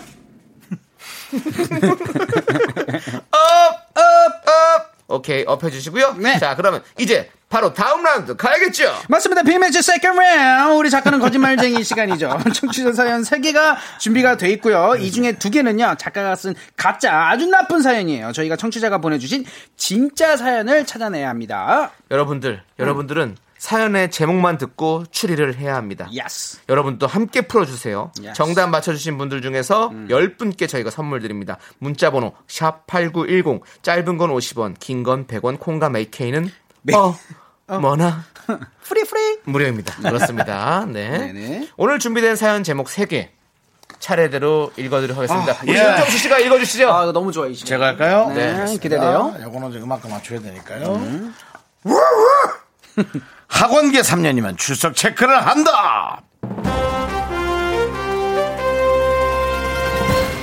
Speaker 2: 업! 업! 업! 오케이 업 해주시고요 자 그러면 이제 바로 다음 라운드 가야겠죠
Speaker 9: 맞습니다. 빅매치 세컨 라운드. 우리 작가는 거짓말쟁이 시간이죠. 청취자 사연 3개가 준비가 돼 있고요. 이 중에 2개는요. 작가가 쓴 가짜 아주 나쁜 사연이에요. 저희가 청취자가 보내주신 진짜 사연을 찾아내야 합니다.
Speaker 2: 여러분들, 여러분들은 사연의 제목만 듣고 추리를 해야 합니다. 여러분도 함께 풀어주세요.
Speaker 9: Yes. 음.
Speaker 2: 정답 맞춰주신 분들 중에서 10분께 저희가 선물 드립니다. 문자번호 샵8910 짧은 건 50원, 긴 건 100원, 콩과 메이케이는 어, 뭐나
Speaker 9: 네. 프리 프리
Speaker 2: 무료입니다. 그렇습니다. 네. 오늘 준비된 사연 제목 3개 차례대로 읽어드리도록 하겠습니다.
Speaker 9: 예.
Speaker 2: 우리 윤정수 씨가 읽어주시죠.
Speaker 9: 아, 이거 너무 좋아, 이 시간.
Speaker 1: 제가 할까요?
Speaker 2: 네,
Speaker 1: 알겠습니다.
Speaker 2: 기대돼요.
Speaker 1: 요거는 이제 음악과 맞춰야 되니까요.
Speaker 7: 음. 학원계 3년이면 출석 체크를 한다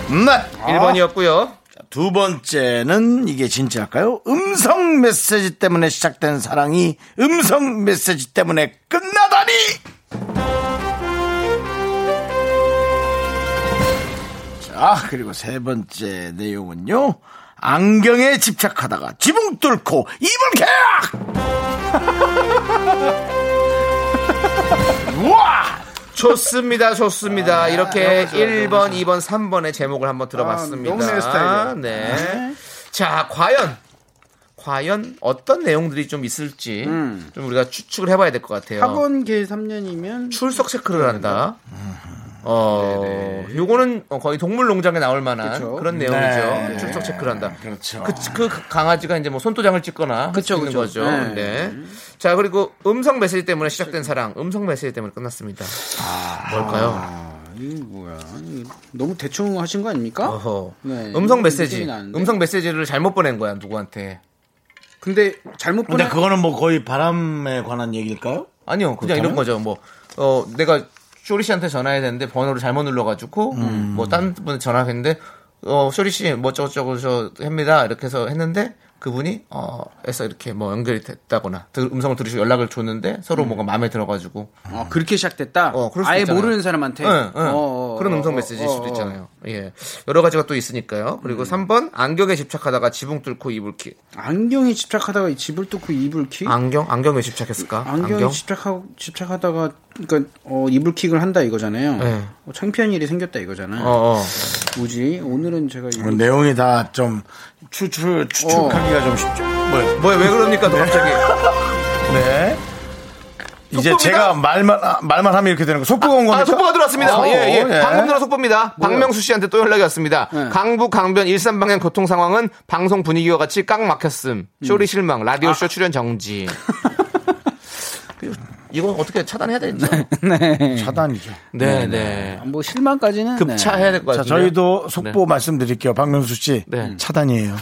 Speaker 7: 네
Speaker 9: 아.
Speaker 2: 1번이었고요
Speaker 7: 두 번째는 이게 진짜일까요? 음성 메시지 때문에 시작된 사랑이 음성 메시지 때문에 끝나다니 자, 아, 그리고 세 번째 내용은요. 안경에 집착하다가 지붕 뚫고 입을 개악! 와!
Speaker 2: 좋습니다, 좋습니다. 이렇게 1번, 2번, 3번의 제목을 한번 들어봤습니다.
Speaker 7: 너무 내 스타일이야.
Speaker 2: 네.
Speaker 7: 네.
Speaker 2: 자, 과연, 과연 어떤 내용들이 좀 있을지 좀 우리가 추측을 해봐야 될 것 같아요.
Speaker 9: 학원계 3년이면
Speaker 2: 출석 체크를 한다. 어, 요거는 거의 동물농장에 나올 만한
Speaker 9: 그쵸.
Speaker 2: 그런 내용이죠.
Speaker 9: 네.
Speaker 2: 출석 체크를 한다.
Speaker 7: 그렇죠.
Speaker 2: 그, 그 강아지가 이제 뭐 손도장을 찍거나
Speaker 9: 그쵸,
Speaker 2: 그는
Speaker 9: 그쵸.
Speaker 2: 거죠.
Speaker 9: 네.
Speaker 2: 네. 자, 그리고 음성 메시지 때문에 시작된 사랑, 음성 메시지 때문에 끝났습니다. 뭘까요?
Speaker 9: 아, 이 뭐야. 이거 너무 대충 하신 거 아닙니까? 네.
Speaker 2: 음성 메시지.
Speaker 9: 느낌이 나는데.
Speaker 2: 음성 메시지를 잘못 보낸 거야, 누구한테.
Speaker 9: 근데 잘못
Speaker 1: 근데 그거는 뭐 거의 바람에 관한 얘기일까요?
Speaker 2: 아니요, 그냥 이런 거죠. 뭐, 어, 내가 쇼리 씨한테 전화해야 되는데 번호를 잘못 눌러가지고,
Speaker 1: 음.
Speaker 2: 뭐, 딴 분에 전화했는데, 어, 쇼리 씨, 뭐, 저쩌고 저 합니다. 이렇게 해서 했는데, 그분이, 어, 해서 이렇게 뭐 연결이 됐다거나, 그 음성을 들으시고 연락을 줬는데, 서로
Speaker 9: 음.
Speaker 2: 뭔가 마음에 들어가지고.
Speaker 9: 어, 그렇게 시작됐다? 아예 모르는 사람한테?
Speaker 7: 네,
Speaker 2: 예, 예.
Speaker 9: 어, 어, 어,
Speaker 2: 그런
Speaker 9: 어,
Speaker 2: 음성
Speaker 9: 어,
Speaker 2: 메시지일
Speaker 9: 어,
Speaker 2: 수도
Speaker 9: 어. 네.
Speaker 2: 있잖아요. 예. 여러 가지가 또 있으니까요. 그리고 3번, 안경에 집착하다가 지붕 뚫고 이불 키.
Speaker 9: 안경에 집착하다가 이 집을 뚫고 이불 킥?
Speaker 2: 안경? 안경에 집착했을까?
Speaker 9: 안경에
Speaker 2: 안경?
Speaker 9: 집착하고 집착하다가 그러니까 어, 이불 킥을 한다 이거잖아요.
Speaker 2: 네.
Speaker 9: 어, 창피한 일이 생겼다 이거잖아요.
Speaker 2: 어, 음. 어.
Speaker 9: 뭐지? 오늘은 제가 이불 킥-
Speaker 1: 내용이 다 좀 추출 추측하기가 좀 쉽죠. 뭐야?
Speaker 2: 뭐야 왜 그럽니까 또 갑자기?
Speaker 1: 네. 이제 제가 말만 아, 말만 하면 이렇게 되는 거. 속보 온 겁니까?
Speaker 2: 아, 속보가 들어왔습니다.
Speaker 1: 어,
Speaker 2: 예, 예.
Speaker 1: 예.
Speaker 2: 방금 들어 속보입니다.
Speaker 1: 뭐야?
Speaker 2: 박명수 씨한테 또 연락이 왔습니다. 강북 강변 일산 방향 교통 상황은 방송 분위기와 같이 꽉 막혔음. 쇼리 실망. 라디오 쇼 출연 정지. 이거 어떻게 차단해야 되는지.
Speaker 9: 네.
Speaker 1: 차단이죠.
Speaker 2: 네, 네.
Speaker 9: 뭐 실망까지는
Speaker 2: 급차해야 될 것
Speaker 1: 자,
Speaker 2: 같은데.
Speaker 1: 저희도 속보
Speaker 2: 네.
Speaker 1: 말씀드릴게요. 박명수 씨. 차단이에요.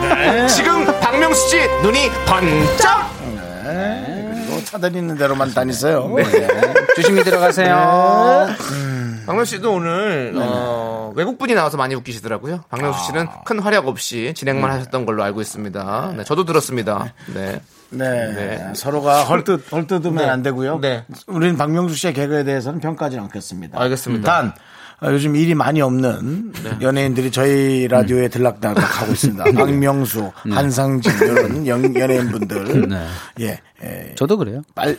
Speaker 2: 네. 지금 박명수 씨 눈이 번쩍.
Speaker 1: 네. 그리고 차단 있는 대로만 다니세요.
Speaker 2: 네.
Speaker 9: 조심히 들어가세요.
Speaker 2: 박명수 씨도 오늘 어, 외국 분이 나와서 많이 웃기시더라고요. 박명수 씨는 큰 활약 없이 진행만 하셨던 걸로 알고 있습니다. 네, 저도 들었습니다. 네.
Speaker 1: 네. 서로가 헐뜯, 헐뜯으면
Speaker 2: 네.
Speaker 1: 안 되고요.
Speaker 2: 네.
Speaker 1: 우리는 박명수 씨의 개그에 대해서는 평가하지 않겠습니다.
Speaker 2: 알겠습니다.
Speaker 1: 단, 어, 요즘 일이 많이 없는 연예인들이 저희 라디오에 들락날락하고 있습니다. 박명수, 한상진 이런 연, 연예인분들.
Speaker 9: 네.
Speaker 1: 예, 예.
Speaker 9: 저도 그래요.
Speaker 1: 빨,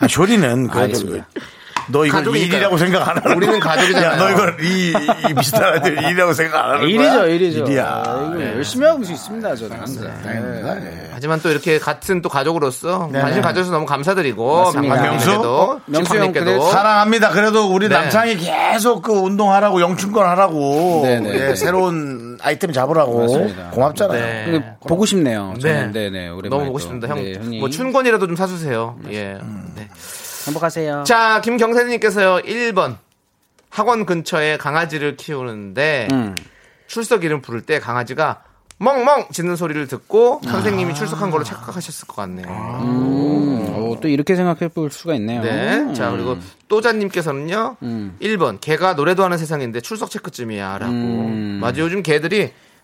Speaker 1: 아, 쇼리는 그래도
Speaker 9: 알겠습니다.
Speaker 1: 그
Speaker 7: 너 이걸
Speaker 2: 가족이니까요.
Speaker 7: 일이라고 생각 안 하는 거야.
Speaker 2: 우리는 가족이잖아요.
Speaker 7: 야, 너 이걸 이, 이 비슷한 아이들 일이라고 생각 안 하는 거야.
Speaker 9: 일이죠, 일이죠.
Speaker 7: 일이야.
Speaker 9: 아, 이거
Speaker 7: 네.
Speaker 9: 열심히 하고 있습니다 저는 항상. 네.
Speaker 1: 예.
Speaker 2: 하지만 또 이렇게 같은 또 가족으로서
Speaker 7: 네.
Speaker 2: 관심 가져서 너무 감사드리고
Speaker 9: 맞습니다.
Speaker 2: 명수
Speaker 9: 명수 형
Speaker 2: 명수님께도
Speaker 9: 그래도
Speaker 7: 사랑합니다. 그래도 우리
Speaker 2: 네.
Speaker 7: 남창이 계속 그 운동하라고 영춘권 하라고
Speaker 9: 네네.
Speaker 7: 예, 새로운 아이템 잡으라고
Speaker 9: 맞습니다. 네.
Speaker 7: 고맙잖아요.
Speaker 9: 근데 보고 싶네요.
Speaker 2: 네.
Speaker 9: 저는. 네, 네. 오랜만에
Speaker 2: 너무
Speaker 9: 또.
Speaker 2: 보고 싶습니다.
Speaker 9: 네,
Speaker 2: 형
Speaker 9: 형님.
Speaker 2: 뭐 춘권이라도 좀 사주세요. 예.
Speaker 9: 음.
Speaker 2: 네.
Speaker 9: 행복하세요.
Speaker 2: 자, 김경태님께서요, 1번. 학원 근처에 강아지를 키우는데,
Speaker 9: 음.
Speaker 2: 출석 이름 부를 때 강아지가 멍멍 짖는 소리를 듣고,
Speaker 9: 아.
Speaker 2: 선생님이 출석한 걸로 착각하셨을 것 같네요.
Speaker 9: 음, 오, 또 이렇게 생각해 볼 수가 있네요.
Speaker 2: 네. 자, 그리고 또자님께서는요,
Speaker 9: 음.
Speaker 2: 1번. 개가 노래도 하는 세상인데 출석 체크쯤이야. 라고.
Speaker 9: 음.
Speaker 2: 맞아요. 요즘 개들이,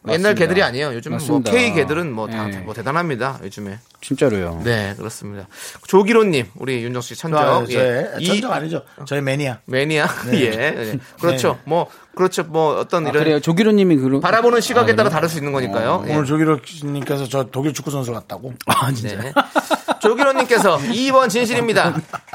Speaker 2: 옛날
Speaker 9: 맞습니다.
Speaker 2: 개들이 아니에요. 요즘 뭐
Speaker 9: 맞습니다.
Speaker 2: K 개들은 뭐, 다,
Speaker 9: 예.
Speaker 2: 뭐 대단합니다. 요즘에.
Speaker 9: 진짜로요.
Speaker 2: 네, 그렇습니다. 조기로님, 우리 윤정 씨 천적.
Speaker 7: 아, 네. 저의-
Speaker 2: 예. 이-
Speaker 7: 천적 아니죠. 저희 매니아.
Speaker 2: 매니아 예, 예.
Speaker 7: 네.
Speaker 2: 그렇죠 뭐 그렇죠 뭐 어떤
Speaker 9: 아,
Speaker 2: 이런
Speaker 9: 그래요. 아, 네. 어, 조기로님이 그런
Speaker 2: 바라보는 시각에 따라 다를 수 있는 거니까요 예.
Speaker 7: 오늘 조기록 님께서 저 독일 축구 선수 같다고.
Speaker 9: 아, 진짜.
Speaker 2: 네. 조기로님께서 2번 진실입니다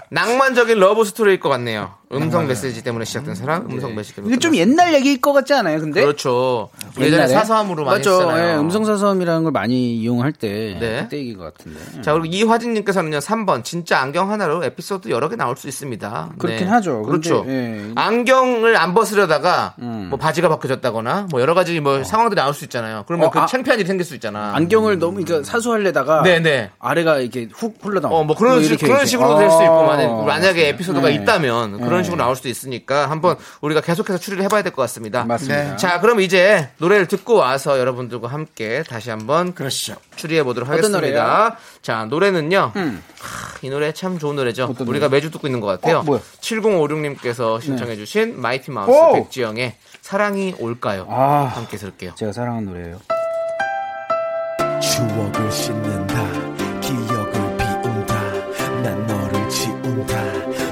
Speaker 2: 낭만적인 러브 스토리일 것 같네요 음성 메시지 때문에 시작된 사랑
Speaker 9: 네.
Speaker 2: 음성 메시지 때문에
Speaker 9: 이게 좀 옛날 얘기일 것 같지 않아요? 근데
Speaker 2: 그렇죠 예전에
Speaker 9: 네? 옛날에?
Speaker 2: 사서함으로 많이
Speaker 9: 맞죠.
Speaker 2: 했잖아요
Speaker 9: 예, 음성 사서함이라는 걸 많이 이용할 때
Speaker 2: 네.
Speaker 9: 그때 얘기인 것 같은데.
Speaker 2: 자 그리고 이화진님께서는요 3번 진짜 안경 하나로 에피소드 여러 개 나올 수 있습니다
Speaker 9: 그렇긴 하죠. 근데,
Speaker 2: 그렇죠
Speaker 9: 예. 음.
Speaker 2: 안경을 안 벗으려다가 뭐 바지가 바뀌어졌다거나 뭐 여러 가지 뭐 상황들이 나올 수 있잖아요 그러면
Speaker 9: 어,
Speaker 2: 그
Speaker 9: 아.
Speaker 2: 창피한 일이 생길 수 있잖아
Speaker 9: 안경을 너무 이렇게 사수하려다가
Speaker 2: 네네.
Speaker 9: 아래가 이렇게 훅 흘러나와.
Speaker 2: 어, 뭐 그런, 식, 그런 식으로 될 수 있고, 만약, 만약에 에피소드가
Speaker 9: 어. 네.
Speaker 2: 있다면 그런
Speaker 9: 네.
Speaker 2: 식으로 나올 수도 있으니까 한번 우리가 계속해서 추리를 해봐야 될 것 같습니다. 네.
Speaker 9: 맞습니다.
Speaker 2: 자, 그럼 이제 노래를 듣고 와서 여러분들과 함께 다시 한번
Speaker 7: 그러시죠.
Speaker 2: 추리해 보도록
Speaker 9: 어떤
Speaker 2: 하겠습니다.
Speaker 9: 노래요?
Speaker 2: 자, 노래는,요.
Speaker 9: 음.
Speaker 2: 이 노래 참 좋은 노래죠.
Speaker 9: 어떤
Speaker 2: 우리가 매주 듣고 있는 것 같아요.
Speaker 9: 어, 뭐야? 네.
Speaker 2: 7056님께서 신청해주신 마이티 마우스
Speaker 9: 오!
Speaker 2: 백지영의 사랑이 올까요?
Speaker 9: 아.
Speaker 2: 함께 들을게요.
Speaker 9: 제가 사랑하는 노래예요.
Speaker 11: 추억을 씻는다 기억을 비운다 난 너를 지운다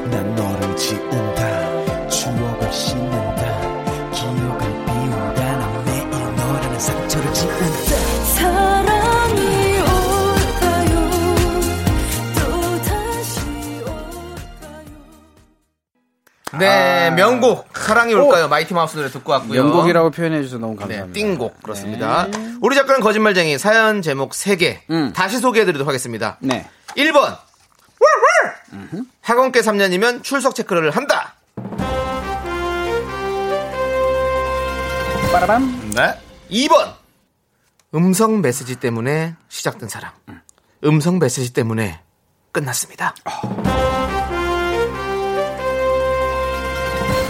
Speaker 11: 난 너를 지운다 추억을 씻는다 기억을 비운다 난 매일 너라는 상처를 지운다
Speaker 4: 사랑이 올까요? 또 다시
Speaker 2: 네, 명곡 사랑이 올까요? 마이티 마우스 노래 듣고 왔고요.
Speaker 9: 아. 명곡이라고 표현해 주셔서 너무 감사합니다. 네.
Speaker 2: 네, 띵곡 그렇습니다. 우리 작가는 거짓말쟁이 사연 제목 3개
Speaker 9: 음.
Speaker 2: 다시 소개해드리도록 하겠습니다.
Speaker 9: 네.
Speaker 2: 1번 학원계 3년이면 출석 체크를 한다.
Speaker 9: 빠라밤.
Speaker 7: 네.
Speaker 2: 2번 음성 메시지 때문에 시작된 사랑 음성 메시지 때문에 끝났습니다.
Speaker 9: 아.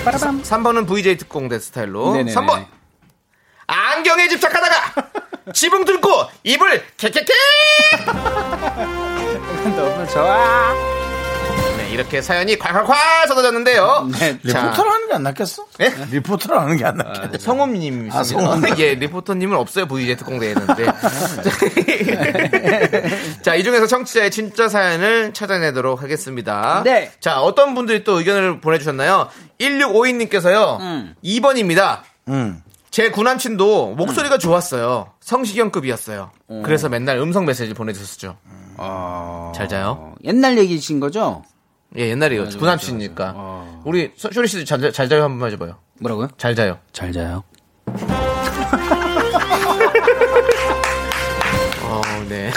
Speaker 9: 빠라밤.
Speaker 2: 3번은 VJ 특공대 스타일로
Speaker 9: 네네네.
Speaker 2: 어? 3번 안경에 집착하다가 지붕 뚫고 입을 캐캐캐
Speaker 9: 너무 좋아.
Speaker 2: 네, 이렇게 사연이 콸콸콸 쏟아졌는데요.
Speaker 9: 네.
Speaker 7: 리포터로 하는 게 안 낫겠어?
Speaker 2: 예?
Speaker 7: 리포터로 하는 게 안 낫겠어?
Speaker 2: 성우님
Speaker 7: 아, 성우님.
Speaker 2: 예 리포터님은 없어요 VJ 특공대에는데 자이 중에서 청취자의 진짜 사연을 찾아내도록 하겠습니다
Speaker 9: 네.
Speaker 2: 자 어떤 분들이 또 의견을 보내주셨나요 1652님께서요
Speaker 9: 음.
Speaker 2: 2번입니다
Speaker 7: 음.
Speaker 2: 제 구남친도 목소리가 좋았어요 성시경급이었어요 그래서 맨날 음성 메시지 보내주셨죠
Speaker 7: 아.
Speaker 2: 잘 자요
Speaker 9: 어, 옛날 얘기신 거죠?
Speaker 2: 예 옛날이요 구남친이니까 우리 소- 쇼리 씨도 잘, 자- 잘 자요 한번 해줘봐요
Speaker 9: 뭐라고요?
Speaker 2: 잘 자요
Speaker 9: 잘 자요.
Speaker 2: 어네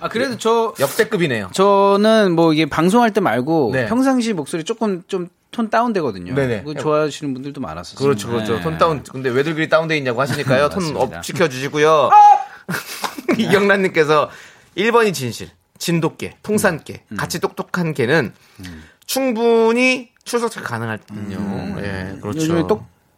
Speaker 9: 아 그래도 저
Speaker 2: 역대급이네요
Speaker 9: 저는 뭐 이게 방송할 때 말고
Speaker 2: 네.
Speaker 9: 평상시 목소리 조금 좀 톤 다운되거든요.
Speaker 2: 네네.
Speaker 9: 그거 좋아하시는 분들도 많았었어요.
Speaker 2: 그렇죠, 그렇죠.
Speaker 9: 네.
Speaker 2: 톤 다운. 근데 왜들그리 다운돼 있냐고 하시니까요. 톤
Speaker 9: 맞습니다.
Speaker 2: 업 시켜주시고요. 이경란님께서 1번이 진실, 진돗개, 풍산개, 같이 똑똑한 개는 음. 충분히 출석 체크 가능하거든요. 예, 그렇죠.
Speaker 9: 요즘에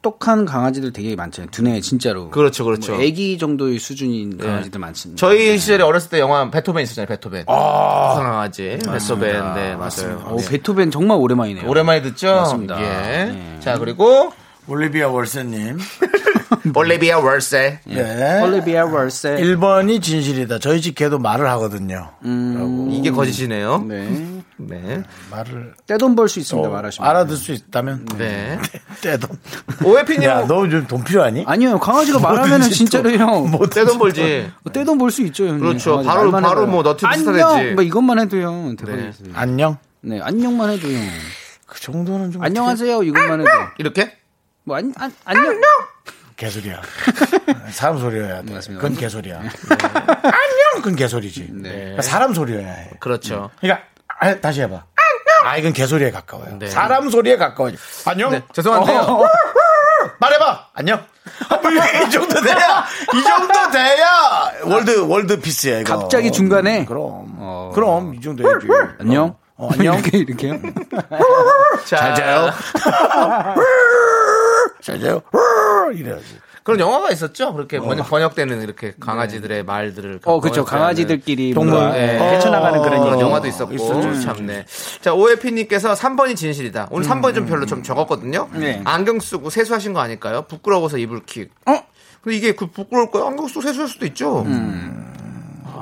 Speaker 9: 똑똑한 강아지들 되게 많잖아요. 두뇌 진짜로.
Speaker 2: 그렇죠, 그렇죠. 네.
Speaker 9: 뭐 애기 정도의 수준인 강아지들 많습니다.
Speaker 2: 저희 시절에 어렸을 때 영화 베토벤 있었잖아요, 베토벤. 강아지. 베토벤, 네, 맞아요.
Speaker 9: 오,
Speaker 2: 네.
Speaker 9: 어, 베토벤 정말 오랜만이네요.
Speaker 2: 오랜만에 듣죠?
Speaker 9: 맞습니다.
Speaker 2: 예.
Speaker 9: 네.
Speaker 2: 자, 그리고
Speaker 7: 올리비아 월세님.
Speaker 2: 올리비아 월세.
Speaker 9: 예.
Speaker 7: 네.
Speaker 9: 올리비아 월세.
Speaker 7: 1번이 진실이다. 저희 집 개도 말을 하거든요.
Speaker 9: 음.
Speaker 2: 이게 거짓이네요.
Speaker 9: 네.
Speaker 2: 네.
Speaker 7: 말을
Speaker 9: 떼돈 벌 수 있습니다.
Speaker 2: 어,
Speaker 9: 말하시면.
Speaker 7: 알아들 수 있다면.
Speaker 2: 네.
Speaker 7: 떼돈.
Speaker 2: 오해피님.
Speaker 7: 야, 너 요즘 돈 필요하니?
Speaker 9: 뭐. 아니요, 강아지가 말하면은 진짜로 형.
Speaker 2: 떼돈 벌지.
Speaker 9: 떼돈 벌 수 있죠, 형님.
Speaker 2: 뭐- 그렇죠.
Speaker 9: 강아지
Speaker 2: 바로-
Speaker 9: 말만
Speaker 2: 바로
Speaker 9: 해도.
Speaker 2: 뭐 너튜브
Speaker 9: 안녕!
Speaker 2: 스타일이지.
Speaker 1: 네.
Speaker 2: 네.
Speaker 9: 뭐 이것만 해도 형 대박이었어요.
Speaker 7: 안녕?
Speaker 9: 네, 안녕만 해도 형.
Speaker 1: 그 정도는 좀
Speaker 9: 안녕하세요 이것만 해도
Speaker 2: 이렇게
Speaker 9: 뭐 안, 안, 안녕
Speaker 1: 그 개소리야. 사람 소리여야 돼. 그건 개소리야.
Speaker 9: 네.
Speaker 1: 안녕! 그건 개소리지. 그러니까 사람 소리여야 해.
Speaker 2: 그렇죠.
Speaker 1: 그러니까 아, 다시 해봐. 아 이건 개소리에 가까워요.
Speaker 9: 네.
Speaker 1: 사람 소리에 가까워요. 안녕.
Speaker 2: 네. 죄송한데요.
Speaker 1: 어, 어, 어. 말해봐. 안녕. 아, 뭐 이 정도 돼야 이 정도 돼야 월드 월드 피스야 이거.
Speaker 2: 어,
Speaker 9: 갑자기 중간에 어.
Speaker 1: 그럼 그럼 이 정도 해야지.
Speaker 9: 안녕
Speaker 1: 어, 안녕.
Speaker 9: 이렇게 이렇게요
Speaker 1: 잘 자요. 잘 자요. 이래야지.
Speaker 2: 그런 영화가 있었죠. 그렇게
Speaker 1: 어.
Speaker 2: 번역, 번역되는
Speaker 1: 네.
Speaker 2: 이렇게 강아지들의 말들을
Speaker 9: 어 그렇죠
Speaker 2: 번역하는
Speaker 9: 강아지들끼리
Speaker 1: 동물.
Speaker 9: 뭔가
Speaker 2: 네.
Speaker 9: 헤쳐나가는 그런
Speaker 2: 그런
Speaker 1: 어.
Speaker 9: 영화.
Speaker 2: 영화도 있었고 참네. 자 오해피님께서 3번이 진실이다. 오늘 3번이 좀 별로 좀 적었거든요.
Speaker 9: 음, 네.
Speaker 2: 안경 쓰고 세수하신 거 아닐까요? 부끄러워서 이불킥.
Speaker 9: 어?
Speaker 2: 근데 이게 그 부끄러울 거예요. 안경 쓰고 세수할 수도 있죠.
Speaker 9: 음,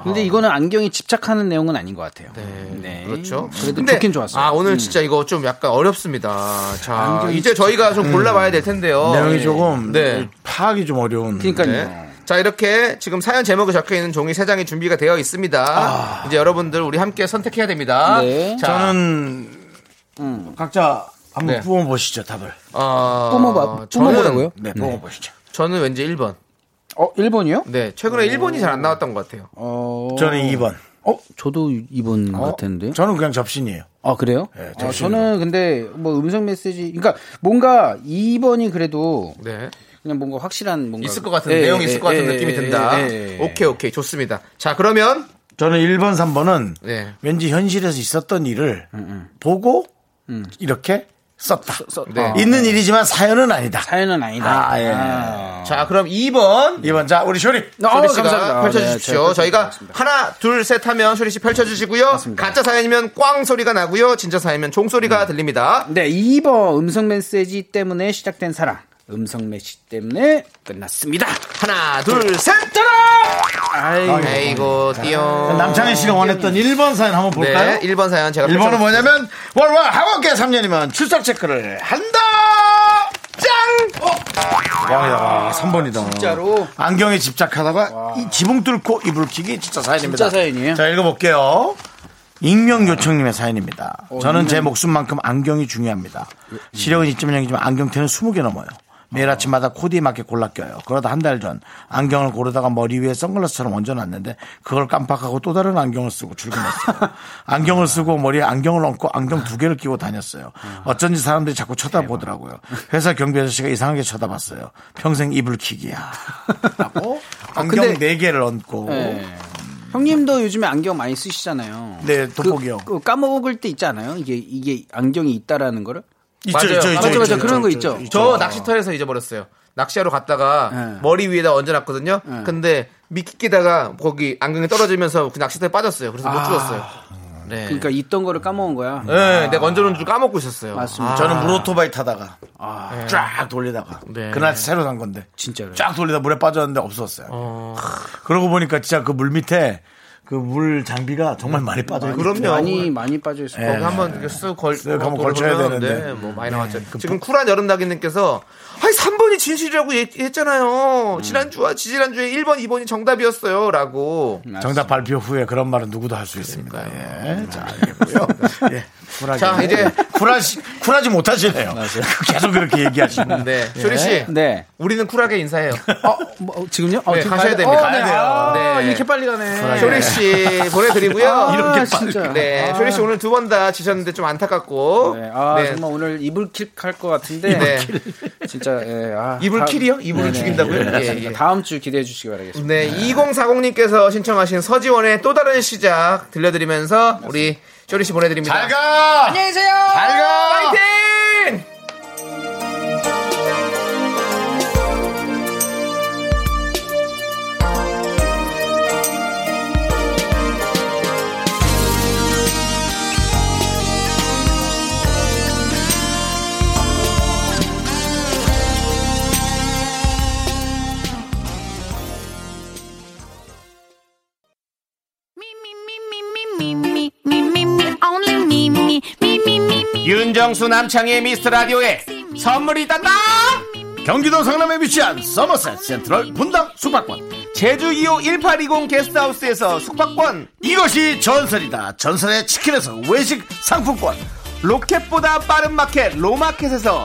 Speaker 9: 근데 이거는 안경이 집착하는 내용은 아닌 것 같아요
Speaker 2: 아. 네. 그렇죠.
Speaker 9: 그래도 좋긴 좋았어요. 음.
Speaker 2: 아, 오늘 진짜 이거 좀 약간 어렵습니다. 자, 이제 저희가
Speaker 9: 음.
Speaker 2: 좀 골라봐야 될 텐데요.
Speaker 1: 내용이 조금
Speaker 2: 네.
Speaker 1: 파악이 좀 어려운.
Speaker 9: 그러니까요
Speaker 2: 네. 자, 이렇게 지금 사연 제목에 적혀 있는 종이 세 장이 준비가 되어 있습니다. 이제 여러분들 우리 함께 선택해야 됩니다.
Speaker 9: 아. 네.
Speaker 2: 자,
Speaker 1: 저는 각자 한번
Speaker 2: 네.
Speaker 1: 뿜어 보시죠 답을.
Speaker 2: 어,
Speaker 9: 뿜어봐.
Speaker 2: 저는,
Speaker 9: 뿜어보라고요?
Speaker 1: 네, 뿜어 보시죠.
Speaker 2: 저는 왠지 1번.
Speaker 9: 어 1번이요?
Speaker 2: 네, 최근에 1번이 잘 안 나왔던 것 같아요.
Speaker 9: 어...
Speaker 1: 저는 2번.
Speaker 9: 어 저도 2번
Speaker 1: 어,
Speaker 9: 같은데
Speaker 1: 저는 그냥 접신이에요.
Speaker 9: 아 그래요?
Speaker 1: 네,
Speaker 9: 아,
Speaker 1: 접신으로.
Speaker 9: 저는 근데 뭐 음성 메시지 그러니까 뭔가 2번이 그래도
Speaker 2: 네.
Speaker 9: 그냥 뭔가 확실한 뭔가
Speaker 2: 있을 것 같은
Speaker 9: 예,
Speaker 2: 내용이
Speaker 9: 예,
Speaker 2: 있을 것 같은
Speaker 9: 예,
Speaker 2: 느낌이
Speaker 9: 예,
Speaker 2: 든다. 어?
Speaker 9: 예, 예.
Speaker 2: 오케이, 오케이. 좋습니다. 자, 그러면
Speaker 1: 저는 1번, 3번은
Speaker 2: 네.
Speaker 1: 왠지 현실에서 있었던 일을 보고 이렇게 썼다.
Speaker 2: 네.
Speaker 1: 있는 일이지만 사연은 아니다.
Speaker 9: 사연은 아니다.
Speaker 1: 아, 예.
Speaker 2: 자, 그럼 2번
Speaker 1: 2번, 자, 우리 쇼리.
Speaker 9: 어,
Speaker 2: 쇼리 씨가
Speaker 9: 감사합니다.
Speaker 2: 펼쳐주십시오.
Speaker 9: 네,
Speaker 2: 저희가
Speaker 9: 제가
Speaker 2: 하나, 둘, 셋 하면 쇼리 씨 펼쳐주시고요. 가짜 사연이면 꽝 소리가 나고요. 진짜 사연이면 종 소리가 들립니다.
Speaker 9: 네, 2번 음성 메시지 때문에 시작된 사랑. 음성 메시지 때문에 끝났습니다.
Speaker 2: 하나,
Speaker 1: 음.
Speaker 2: 둘, 셋!
Speaker 9: 아이,
Speaker 2: 아이고, 띠용.
Speaker 1: 남창희 씨가 원했던 1번 사연 한번 볼까요?
Speaker 2: 네, 1번 사연 제가
Speaker 1: 1번은
Speaker 2: 펼쳐봤습니다.
Speaker 1: 뭐냐면 월월 학원계 3년이면 출석 체크를 한다. 짱! 와, 야, 3번이다.
Speaker 9: 진짜로?
Speaker 1: 안경에 집착하다가 이 지붕 뚫고 이불 키기 진짜 사연입니다.
Speaker 9: 진짜 사연이에요?
Speaker 1: 자, 읽어볼게요. 익명 요청님의 사연입니다.
Speaker 9: 어,
Speaker 1: 저는 제 목숨만큼 안경이 중요합니다.
Speaker 9: 예.
Speaker 1: 시력은 2.0이지만 안경테는 20개 넘어요. 매일 아침마다 코디에 맞게 골라 껴요. 그러다 한 달 전 안경을 고르다가 머리 위에 선글라스처럼 얹어놨는데 그걸 깜빡하고 또 다른 안경을 쓰고 출근했어요. 안경을 쓰고 머리에 안경을 얹고 안경 두 개를 끼고 다녔어요.
Speaker 9: 아.
Speaker 1: 어쩐지 사람들이 자꾸 쳐다보더라고요. 회사 경비에서 제가 이상하게 쳐다봤어요. 평생 이불 킥이야. 라고 안경
Speaker 9: 아, 어? 근데-
Speaker 1: 네 개를 얹고
Speaker 9: 예. 형님도 요즘에 안경 많이 쓰시잖아요.
Speaker 1: 네, 돋보기요.
Speaker 9: 그, 그 까먹을 때 있지 않아요? 이게 이게 안경이 있다라는 거를?
Speaker 1: 있죠,
Speaker 2: 맞아요.
Speaker 1: 있죠, 있죠,
Speaker 9: 맞아, 맞아.
Speaker 1: 네, 있죠,
Speaker 9: 그런 거
Speaker 1: 있죠,
Speaker 9: 있죠.
Speaker 2: 저 낚시터에서 잊어버렸어요. 낚시하러 갔다가
Speaker 9: 네.
Speaker 2: 머리 위에다 얹어놨거든요.
Speaker 9: 예.
Speaker 2: 근데 미끼다가 거기 안경이 떨어지면서 그 낚시터에 빠졌어요. 그래서 못 죽었어요. 네.
Speaker 9: 아. 그러니까 있던 거를 까먹은 거야.
Speaker 2: 네, 내가 얹어놓은 줄 까먹고 있었어요.
Speaker 9: 맞습니다.
Speaker 1: 저는 물오토바이 타다가 쫙 돌리다가
Speaker 2: 네.
Speaker 1: 그날 새로 산 건데
Speaker 9: 진짜로요?
Speaker 1: 쫙 돌리다 물에 빠졌는데 없었어요. 크, 그러고 보니까 진짜 그 물 밑에 그 물 장비가 정말 많이 빠져요.
Speaker 2: 그럼요.
Speaker 9: 많이 많이 빠져 있어요.
Speaker 2: 거기 한번
Speaker 9: 네.
Speaker 2: 이렇게 쓱 걸,
Speaker 1: 쓱 한번 걸쳐야
Speaker 2: 돌아보면,
Speaker 1: 되는데.
Speaker 2: 네, 뭐 많이 나왔죠.
Speaker 9: 그
Speaker 2: 지금 쿨한 여름나기님께서 아니 3번이 진실이라고 얘- 했잖아요.
Speaker 9: 음.
Speaker 2: 지난주와 지지난주에 1번, 2번이 정답이었어요. 라고.
Speaker 9: 음.
Speaker 1: 정답 발표 후에 그런 말은 누구도 할 수 있습니다. 예. 자, 알겠고요. 예. 쿨하게.
Speaker 2: 자, 이제-
Speaker 1: 쿨하시, 쿨하지 못하시네요. 계속 그렇게 예. 얘기하시는.
Speaker 2: 네. 쇼리씨.
Speaker 9: 네.
Speaker 2: 우리는 쿨하게 인사해요.
Speaker 9: 어, 뭐, 어, 지금요? 어,
Speaker 2: 네,
Speaker 9: 지금
Speaker 2: 가셔야
Speaker 9: 가야-
Speaker 2: 됩니다.
Speaker 9: 어,
Speaker 2: 가야
Speaker 9: 네.
Speaker 2: 돼요.
Speaker 9: 아,
Speaker 2: 네.
Speaker 9: 이렇게 빨리 가네.
Speaker 2: 쇼리씨 보내드리고요.
Speaker 9: 아,
Speaker 1: 이렇게
Speaker 9: 진짜.
Speaker 2: 네. 쇼리씨 오늘 두 번 다 지셨는데 좀 안타깝고.
Speaker 9: 네, 아
Speaker 2: 네.
Speaker 9: 정말 오늘 이불킥 할 것 같은데
Speaker 2: 네.
Speaker 9: 진짜 예, 아,
Speaker 2: 이불
Speaker 9: 다-
Speaker 2: 킬이요? 이불을 죽인다고요? 예, 예.
Speaker 9: 다음 주 기대해 주시기 바라겠습니다.
Speaker 2: 네, 2040님께서 신청하신 서지원의 또 다른 시작 들려드리면서 우리 쇼리씨 보내드립니다.
Speaker 1: 잘 가! 안녕히 계세요! 잘 가!
Speaker 2: 파이팅! 윤정수 남창희의 미스터 라디오에 선물이 있단다!
Speaker 1: 경기도 성남에 위치한 서머셋 센트럴 분당 숙박권.
Speaker 2: 제주 2호 1820 게스트하우스에서 숙박권
Speaker 1: 이것이 전설이다. 전설의 치킨에서 외식 상품권.
Speaker 13: 로켓보다 빠른 마켓 로마켓에서